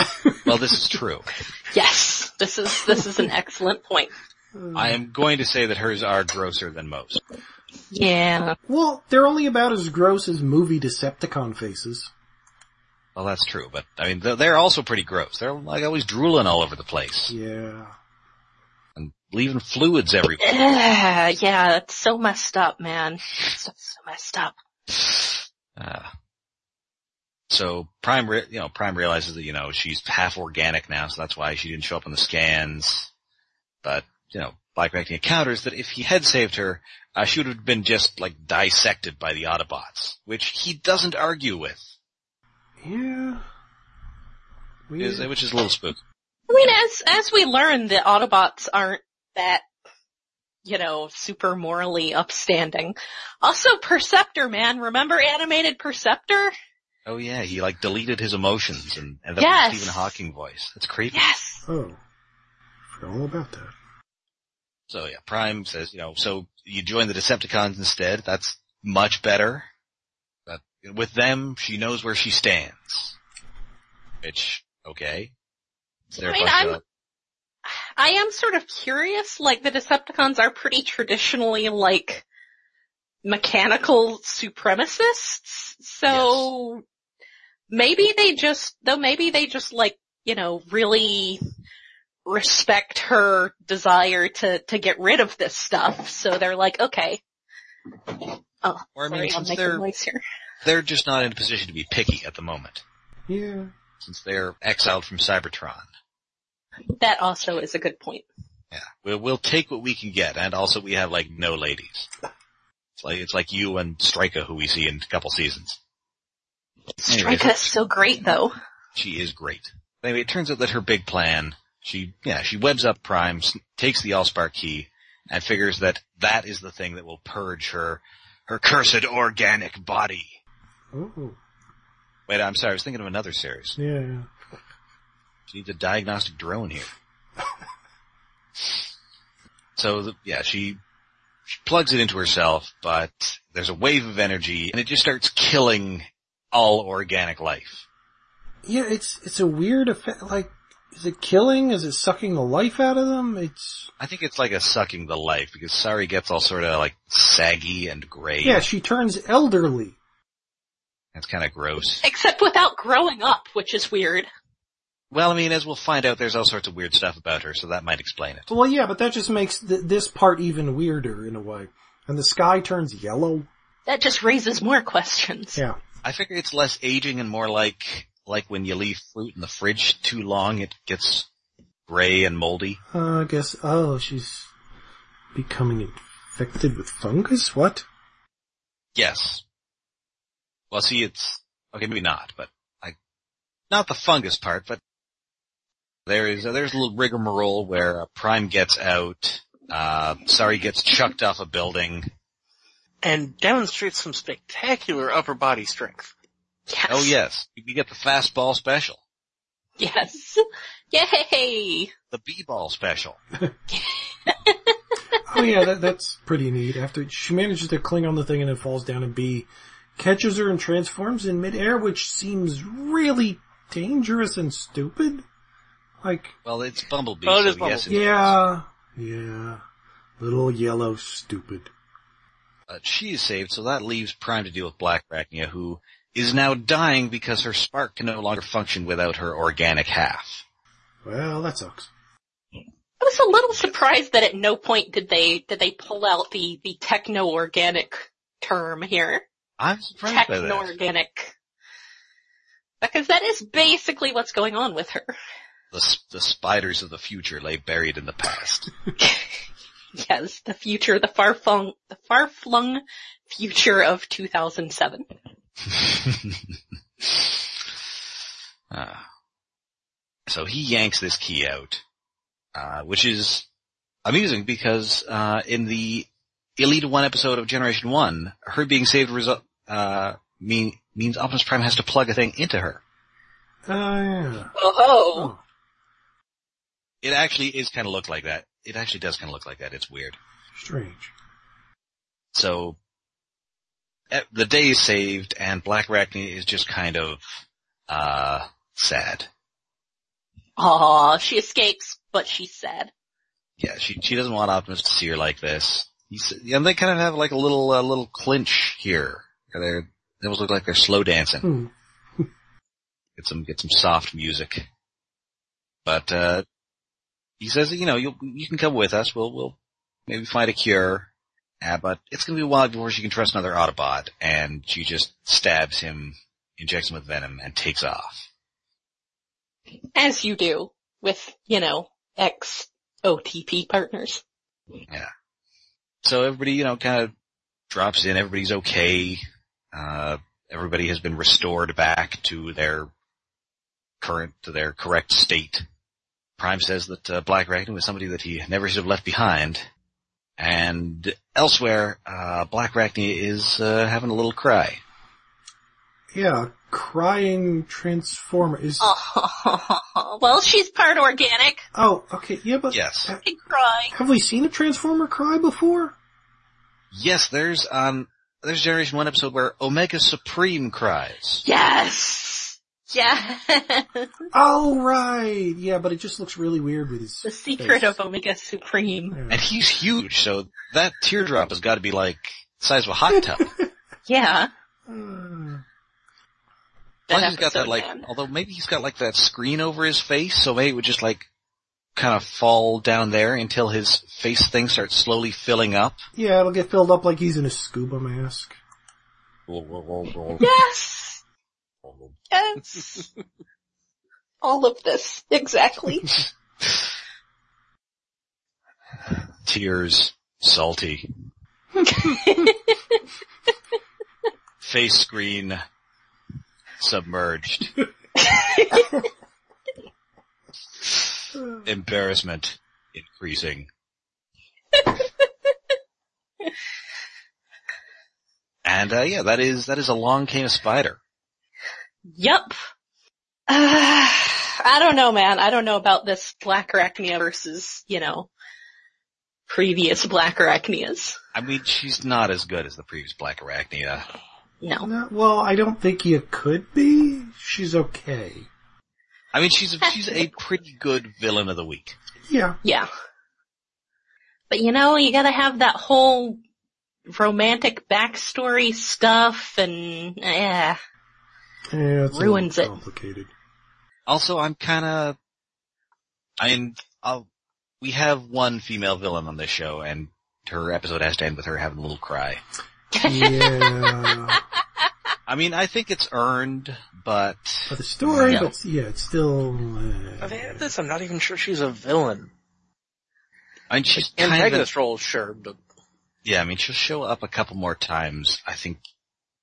S1: Well, this is true.
S2: Yes, this is, this is an excellent point.
S1: I am going to say that hers are grosser than most.
S2: Yeah.
S4: Well, they're only about as gross as movie Decepticon faces.
S1: Well, that's true, but I mean, they're- they're also pretty gross. They're like always drooling all over the place
S4: Yeah.
S1: and leaving fluids everywhere.
S2: yeah, it's so messed up, man. Stuff's so messed up.
S1: Uh, so Prime, re- you know, Prime realizes that you know she's half organic now, so that's why she didn't show up on the scans. But you know, Black Arachne encounters that if he had saved her, uh, she would have been just like dissected by the Autobots, which he doesn't argue with,
S4: Yeah. Weird.
S1: is- which is a little spooky.
S2: I mean, as, as we learn, the Autobots aren't that, you know, super morally upstanding. Also, Perceptor, man. Remember animated Perceptor?
S1: Oh yeah, he like deleted his emotions and ended up
S2: Yes.
S1: with a Stephen Hawking voice. That's creepy.
S2: Yes!
S4: Oh. Forgot all about that.
S1: So yeah, Prime says, you know, so you join the Decepticons instead. That's much better. But with them, she knows where she stands. Which, okay. uh, It's their
S2: I mean,
S1: bunch
S2: I'm-
S1: of-
S2: I am sort of curious, like the Decepticons are pretty traditionally like mechanical supremacists, so maybe they just, though maybe they just like, you know, really respect her desire to, to get rid of this stuff, so they're like, okay,
S1: or I mean,
S2: sorry, I'm
S1: since
S2: making
S1: they're
S2: noise here.
S1: they're just not in a position to be picky at the moment,
S4: Yeah.
S1: since they're exiled from Cybertron.
S2: That also is a good point.
S1: Yeah, we'll we'll take what we can get, and also we have like no ladies. It's like it's like you and Stryka, who we see in a couple seasons. Anyway,
S2: Strike is so great though.
S1: she is great. Anyway, it turns out that her big plan, she, yeah, she webs up Prime, s- takes the Allspark key, and figures that that is the thing that will purge her, her cursed organic body.
S4: Oh.
S1: Wait, I'm sorry, I was thinking of another series.
S4: Yeah.
S1: She needs a diagnostic drone here. so, the, yeah, she, she plugs it into herself, but there's a wave of energy, and it just starts killing all organic life.
S4: Yeah, it's, it's a weird effect, like, is it killing? Is it sucking the life out of them? It's,
S1: I think it's like a sucking the life because Sari gets all sort of like saggy and gray.
S4: yeah, she turns elderly.
S1: That's kind of gross.
S2: Except without growing up, which is weird.
S1: Well, I mean, as we'll find out, there's all sorts of weird stuff about her, so that might explain it.
S4: Well, yeah, but that just makes th- this part even weirder in a way. And the sky turns yellow.
S2: That just raises more questions.
S4: Yeah.
S1: I figure it's less aging and more like, like when you leave fruit in the fridge too long, it gets gray and moldy.
S4: Uh, I guess, oh, she's becoming infected with fungus? What?
S1: Yes. Well, see, it's, Okay, maybe not, but I, not the fungus part, but there is, uh, there's a little rigmarole where uh, Prime gets out, uh, sorry gets chucked off a building.
S3: and demonstrates some spectacular upper body strength.
S2: Yes.
S1: Oh yes, you get the fastball special,
S2: Yes. Yay!
S1: the b-ball special.
S4: Oh yeah, that, that's pretty neat. After she manages to cling on the thing and then falls down and B catches her and transforms in midair, which seems really dangerous and stupid. Like,
S1: Well, it's Bumblebee,
S3: Oh, it
S1: so
S3: is
S1: yes, it is.
S4: yeah, yeah, little yellow stupid.
S1: Uh, she is saved, so that leaves Prime to deal with Black Arachnia, who is now dying because her spark can no longer function without her organic half.
S4: Well, that sucks.
S2: I was a little surprised that at no point did they did they pull out the the techno organic term here.
S1: I'm surprised by
S2: Techno
S1: that.
S2: organic. Because that is basically what's going on with her.
S1: The, s- the spiders of the future lay buried in the past.
S2: Yes, the future, the far flung the far flung future of two thousand seven.
S1: Ah. so he yanks this key out, uh, which is amusing because uh, in the Elite One episode of Generation One, her being saved result uh, mean, means Optimus Prime has to plug a thing into her.
S4: Uh, yeah.
S2: Oh,
S4: Oh,
S1: It actually is kind of looked like that. It actually does kind of look like that. It's weird.
S4: strange.
S1: So eh, the day is saved, and Black Arachne is just kind of uh, sad.
S2: Aw, she escapes, but she's sad.
S1: yeah, she she doesn't want Optimus to see her like this. He's, and they kind of have like a little uh, little clinch here. They're they almost look like they're slow dancing.
S4: Hmm.
S1: Get some get some soft music. But uh he says, you know, you you can come with us. We'll we'll maybe find a cure. Uh, but it's gonna be a while before she can trust another Autobot. And she just stabs him, injects him with venom, and takes off.
S2: As you do with, you know, ex OTP partners.
S1: so everybody, you know, kind of drops in. Everybody's okay. Uh, everybody has been restored back to their current, to their correct state. Prime says that uh, Black Ragnar was somebody that he never should have left behind. And elsewhere, uh, Black Ragnar is uh, having a little cry.
S4: Yeah, crying transformer is.
S2: Ah. Oh, well, she's part organic.
S4: Oh, okay, yeah, but
S1: Yes.
S4: ha-
S2: I cry.
S4: have we seen a transformer cry before?
S1: Yes, there's um, there's Generation One episode where Omega Supreme cries.
S2: Yes! Yeah.
S4: Oh right, yeah, but it just looks really weird with his.
S2: the secret
S4: face.
S2: of Omega Supreme.
S4: Yeah.
S1: And he's huge, so that teardrop has got to be like the size of a hot tub.
S2: Yeah.
S4: Uh,
S1: Plus
S2: That
S1: he's got that
S2: episode,
S1: like,
S2: man.
S1: although maybe he's got like that screen over his face, so maybe it would just like kind of fall down there until his face thing starts slowly filling up.
S4: yeah, it'll get filled up like he's in a scuba mask.
S2: Yes! Yes! All of this. Exactly.
S1: Tears, salty. face screen, submerged. Embarrassment increasing. and uh, yeah, that is that is along came a spider.
S2: Yup. Uh, I don't know, man. I don't know about this Black Arachnia versus, you know, previous Black Arachnias.
S1: I mean, she's not as good as the previous Black Arachnia.
S2: No.
S4: No, well, I don't think you could be. She's okay.
S1: I mean, she's she's a pretty good villain of the week.
S4: Yeah,
S2: Yeah. But you know, you gotta have that whole romantic backstory stuff and, yeah.
S4: yeah it's a
S2: Ruins
S4: little
S2: it.
S4: Complicated.
S1: Also, I'm kind of, I mean, I'll, we have one female villain on this show, and her episode has to end with her having a little cry.
S4: Yeah,
S1: I mean, I think it's earned, but
S4: but the story,
S1: Yeah.
S4: but yeah, it's still. Uh,
S3: Now, they add this, I'm not even sure she's a villain.
S1: I mean, she's
S3: In
S1: kind of,
S3: Pegasus role, sure, but
S1: yeah. I mean, she'll show up a couple more times. I think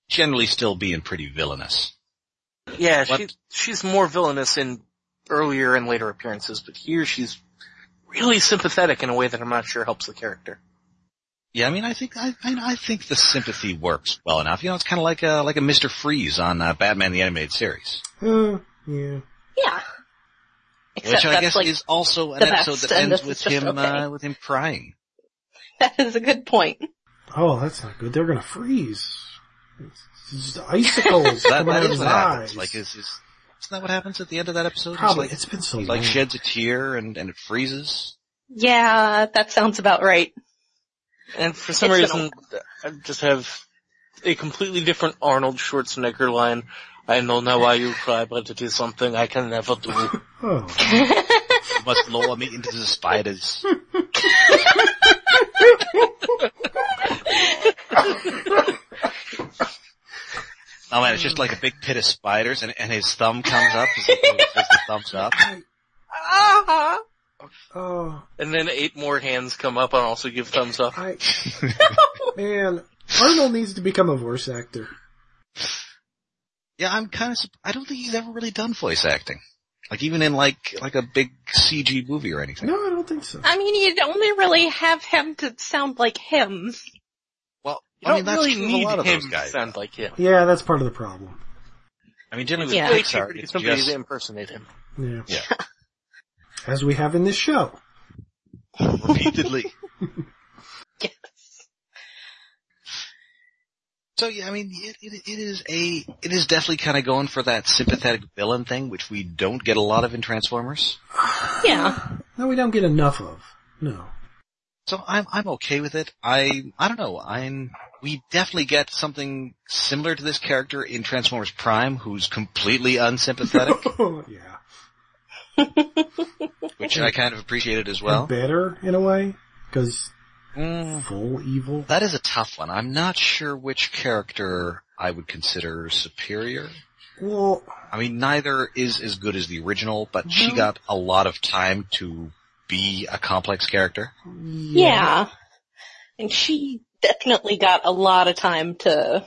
S1: generally still being pretty villainous.
S3: Yeah,
S1: What-
S3: she, she's more villainous in earlier and later appearances, but here she's really sympathetic in a way that I'm not sure helps the character.
S1: Yeah, I mean, I think I I, I think the sympathy works well enough. You know, it's kind of like a like a Mister Freeze on uh, Batman the Animated Series,
S4: Uh, yeah.
S2: Yeah. Except
S1: which I
S2: that's
S1: guess
S2: like,
S1: is also an
S2: the
S1: episode
S2: best,
S1: that
S2: and
S1: ends
S2: this
S1: with
S2: is just
S1: him
S2: okay.
S1: uh, with him crying.
S2: that is a good point.
S4: Oh, that's not good. They're gonna freeze. It's- it's icicles
S1: That,
S4: coming
S1: that
S4: out of
S1: is
S4: his
S1: what happens.
S4: eyes.
S1: Like, is, is isn't that what happens at the end of that episode? It's
S4: Probably.
S1: like,
S4: It's been so
S1: he,
S4: long.
S1: like sheds a tear and and it freezes.
S2: Yeah, that sounds about right.
S3: And for some
S2: It's been
S3: reason, I just have a completely different Arnold Schwarzenegger line. I don't know why you cry, but it is something I can never do.
S4: oh.
S1: You must lower me into the spiders. Oh man, it's just like a big pit of spiders and, and his thumb comes up, his, his thumbs up. Uh-huh.
S2: Ah,
S4: Oh,
S3: And then eight more hands come up and also give thumbs up.
S4: I, man, Arnold needs to become a voice actor.
S1: Yeah, I'm kind of. I don't think he's ever really done voice acting, like even in like like a big CG movie or anything.
S4: No, I don't think so.
S2: I mean, you'd only really have him to sound like him.
S1: Well,
S3: You
S1: I
S3: don't
S1: mean that's
S3: really
S1: true of
S3: need
S1: a lot of
S3: him
S1: those guys.
S3: to sound like him.
S4: Yeah, that's part of the problem.
S1: I mean, generally with
S2: Yeah.
S3: Way
S1: Pixar,
S3: cheaper to get
S1: it's
S3: somebody
S1: just
S3: to impersonate him.
S4: Yeah.
S1: Yeah.
S4: As we have in this show.
S1: repeatedly.
S2: Yes.
S1: So yeah, I mean, it, it, it is a it is definitely kind of going for that sympathetic villain thing, which we don't get a lot of in Transformers.
S2: Yeah.
S4: No, we don't get enough of. No.
S1: So I'm I'm okay with it. I I don't know. I'm we definitely get something similar to this character in Transformers Prime, who's completely unsympathetic,
S4: yeah.
S1: which I kind of appreciated as well.
S4: Better, in a way. Cause
S1: Mm,
S4: full evil.
S1: that is a tough one. I'm not sure which character I would consider superior.
S4: Well,
S1: I mean, neither is as good as the original, but she got a lot of time to be a complex character.
S2: Yeah.
S4: yeah.
S2: And she definitely got a lot of time to,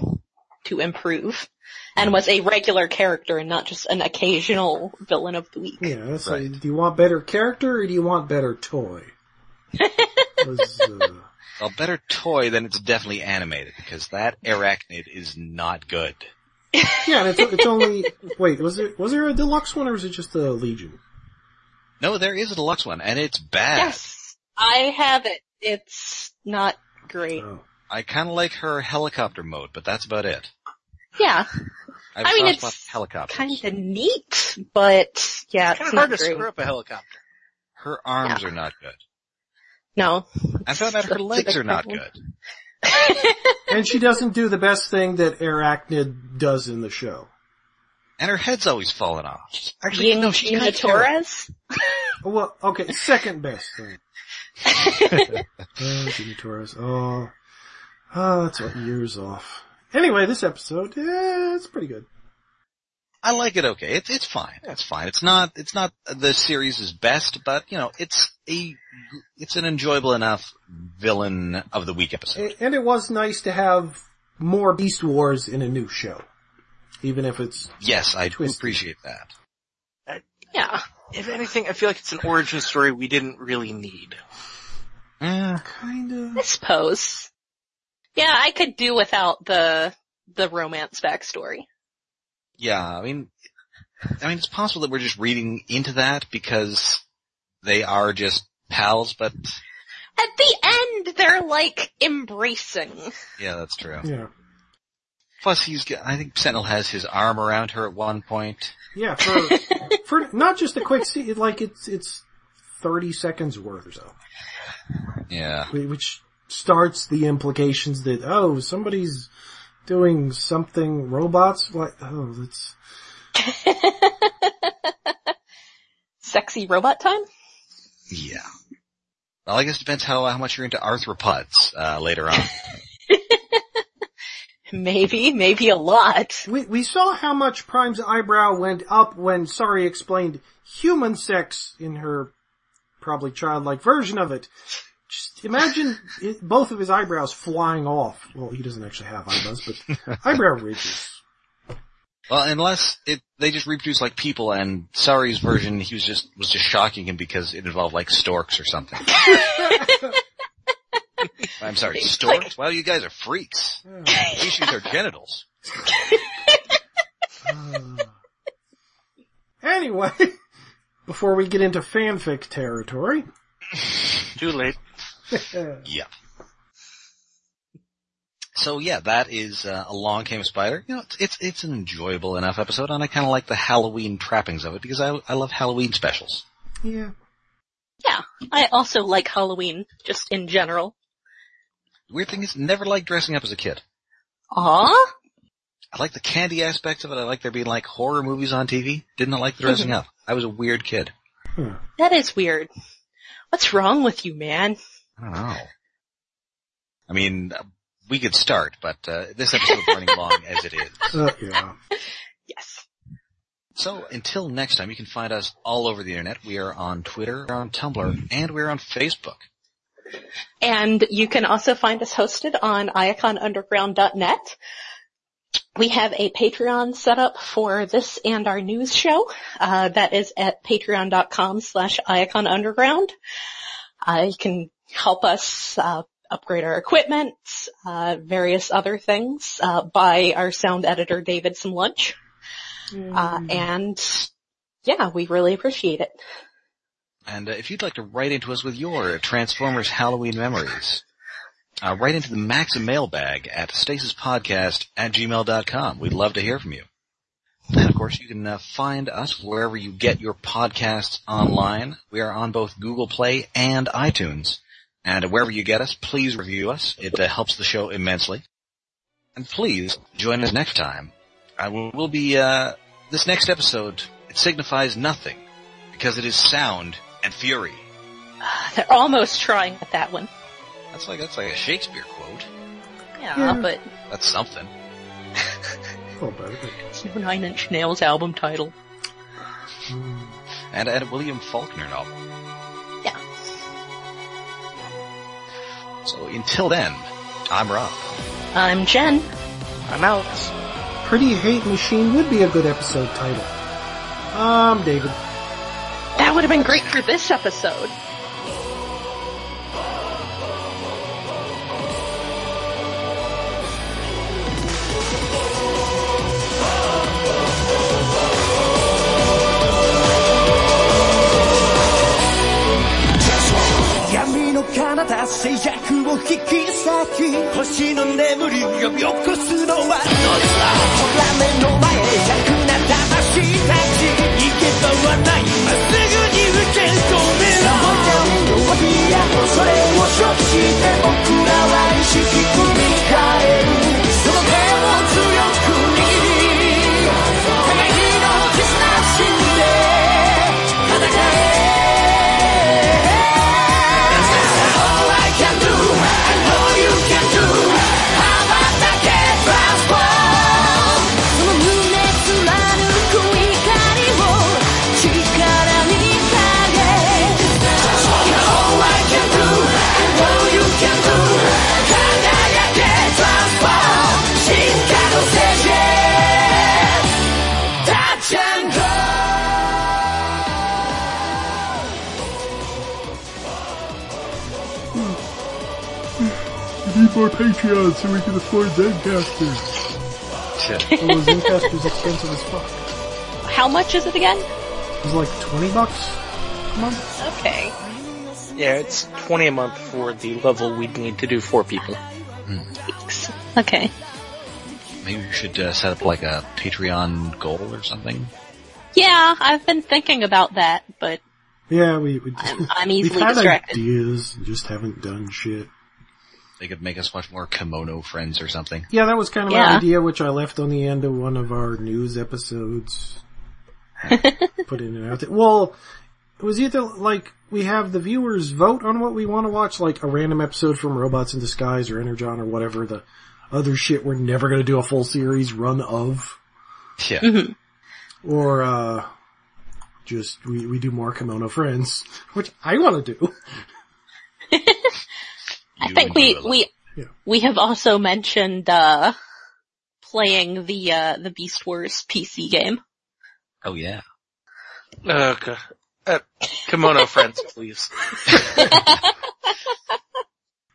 S2: to improve. And was a regular character and not just an occasional villain of the week.
S4: Yeah, that's
S1: Right.
S4: like, do you want better character or do you want better toy? Was, uh,
S1: A better toy than it's definitely animated because that arachnid is not good.
S4: yeah, and it's, it's only, wait, was there, was there a deluxe one or was it just a Legion?
S1: No, there is a deluxe one, and it's bad.
S2: Yes. I have it. It's not great.
S4: Oh.
S1: I kind of like her helicopter mode, but that's about it.
S2: Yeah.
S1: I, have
S2: I mean,
S1: a soft spot
S2: it's
S1: for helicopters.
S2: Kinda neat, but yeah,
S3: Kind
S2: it's
S3: of hard
S2: not
S3: to
S2: great.
S3: screw up a helicopter.
S1: Her arms are not good.
S2: No.
S1: I found out her
S2: That's
S1: legs
S2: the
S1: are not
S2: problem.
S1: good.
S4: And she doesn't do the best thing that Arachnid does in the show.
S1: And her head's always falling off. She's- Actually,
S2: Being
S1: no, she's
S2: Gina
S1: kind of terrible.
S2: Torres?
S4: Well, okay, second best thing. oh, Jimmy Torres. Oh, oh, that's what years off. Anyway, this episode, yeah, it's pretty good.
S1: I like it okay. It's it's fine. It's fine. It's not it's not the series' best, but you know, it's a it's an enjoyable enough villain of the week episode.
S4: A- And it was nice to have more Beast Wars in a new show. Even if it's
S1: yes, I do
S4: Twisted.
S1: appreciate that.
S2: Yeah.
S3: If anything, I feel like it's an origin story we didn't really need.
S1: Eh,
S4: kind of...
S2: I suppose. Yeah, I could do without the, the romance backstory.
S1: yeah, I mean I mean it's possible that we're just reading into that because they are just pals, but
S2: At the end, they're like embracing.
S1: yeah, that's true.
S4: Yeah.
S1: Plus he's g- I think Sentinel has his arm around her at one point.
S4: Yeah, for, for not just a quick scene, like it's, it's 30 seconds worth or so.
S1: Yeah.
S4: wh- Which starts the implications that, oh, somebody's doing something robots, like, oh, that's,
S2: Sexy robot time?
S1: Yeah. Well, I guess it depends how how much you're into arthropods uh later on.
S2: Maybe, maybe a lot.
S4: we, we saw how much Prime's eyebrow went up when Sari explained human sex in her probably childlike version of it. Just imagine it, both of his eyebrows flying off. Well, he doesn't actually have eyebrows, but eyebrow ridges.
S1: Well, unless it, they just reproduced like people and Sari's version, he was just, was just shocking him because it involved like storks or something. I'm sorry, storks? Wow, you guys are freaks. Issues are genitals.
S4: anyway, before we get into fanfic territory,
S3: Too late.
S1: Yeah. So yeah, that is uh, Along Came a Spider. You know, it's it's, it's an enjoyable enough episode, and I kind of like the Halloween trappings of it because I I love Halloween specials.
S4: yeah,
S2: Yeah, I also like Halloween, just in general.
S1: Weird thing is, never liked dressing up as a kid.
S2: Aw?
S1: I like the candy aspect of it. I like there being like horror movies on TV. Didn't like the dressing up. I was a weird kid.
S2: That is weird. What's wrong with you, man?
S1: I don't know. I mean, uh, we could start, but uh, this episode's running long as it is.
S4: Uh, yeah.
S2: Yes.
S1: So until next time, you can find us all over the internet. We are on Twitter, we're on Tumblr, and we're on Facebook.
S2: And you can also find us hosted on iaconunderground.net. We have a Patreon set up for this and our news show. Uh, that is at patreon.com slash iaconunderground. Uh, you can help us uh, upgrade our equipment, uh, various other things, uh, buy our sound editor David some lunch. Uh, and yeah, we really appreciate it.
S1: And uh, if you'd like to write into us with your Transformers Halloween memories, uh, write into the Maxim mailbag at stasispodcast at gmail.com. We'd love to hear from you. And of course, you can uh, find us wherever you get your podcasts online. We are on both Google Play and iTunes. And wherever you get us, please review us. It uh, helps the show immensely. And please join us next time. I will, will be, uh, this next episode, it signifies nothing because it is sound and fury.
S2: They're almost trying with that one.
S1: That's like that's like a Shakespeare quote.
S2: Yeah, but
S1: That's something.
S4: Oh, but-
S2: it's no Nine Inch Nails album title.
S1: And and a William Faulkner novel.
S2: Yeah.
S1: So until then, I'm Rob.
S2: I'm Jen.
S3: I'm Alex.
S4: Pretty Hate Machine would be a good episode title. Um, David.
S2: That would have been great for this episode.
S5: 闇の彼方静寂を引き裂き星の眠りを呼び起こすのはどいつだ空目の前弱な魂たち行け場はないまっすぐに受け止めろサボテンのや恐れを処置して僕らは意識組み替えるその手を強く握り互いの絆を信じて戦え All I can do, I know you can do. How about that get transformed?
S6: その胸貫く怒りを力に変え
S5: All Oh, I can do, I know you can do. 輝け transform. 進化の聖地 Touch and go.
S4: Need more Patreon so we can afford Zencasters. Although Zencasters expensive as fuck.
S2: How much is it again?
S4: It was like 20 bucks a month.
S2: Okay.
S3: Yeah, it's 20 a month for the level we'd need to do four people.
S2: Okay.
S1: Maybe we should uh, set up like a Patreon goal or something.
S2: Yeah, I've been thinking about that, but
S4: Yeah, we, we
S2: I'm, I'm
S4: we've
S2: easily
S4: had
S2: distracted.
S4: ideas and just haven't done shit.
S1: They could make us watch more Kimono Friends or something.
S4: Yeah, that was kind of my
S2: Yeah.
S4: idea, which I left on the end of one of our news episodes. Put in and out there. Well, it was either like we have the viewers vote on what we want to watch, like a random episode from Robots in Disguise or Energon or whatever the other shit we're never going to do a full series run of,
S1: Yeah.
S4: or uh just we we do more Kimono Friends, which I want to do.
S2: I think we we
S4: Yeah.
S2: we have also mentioned uh playing the uh the Beast Wars PC game.
S1: Oh yeah.
S3: oh, Okay. Uh, kimono friends, please.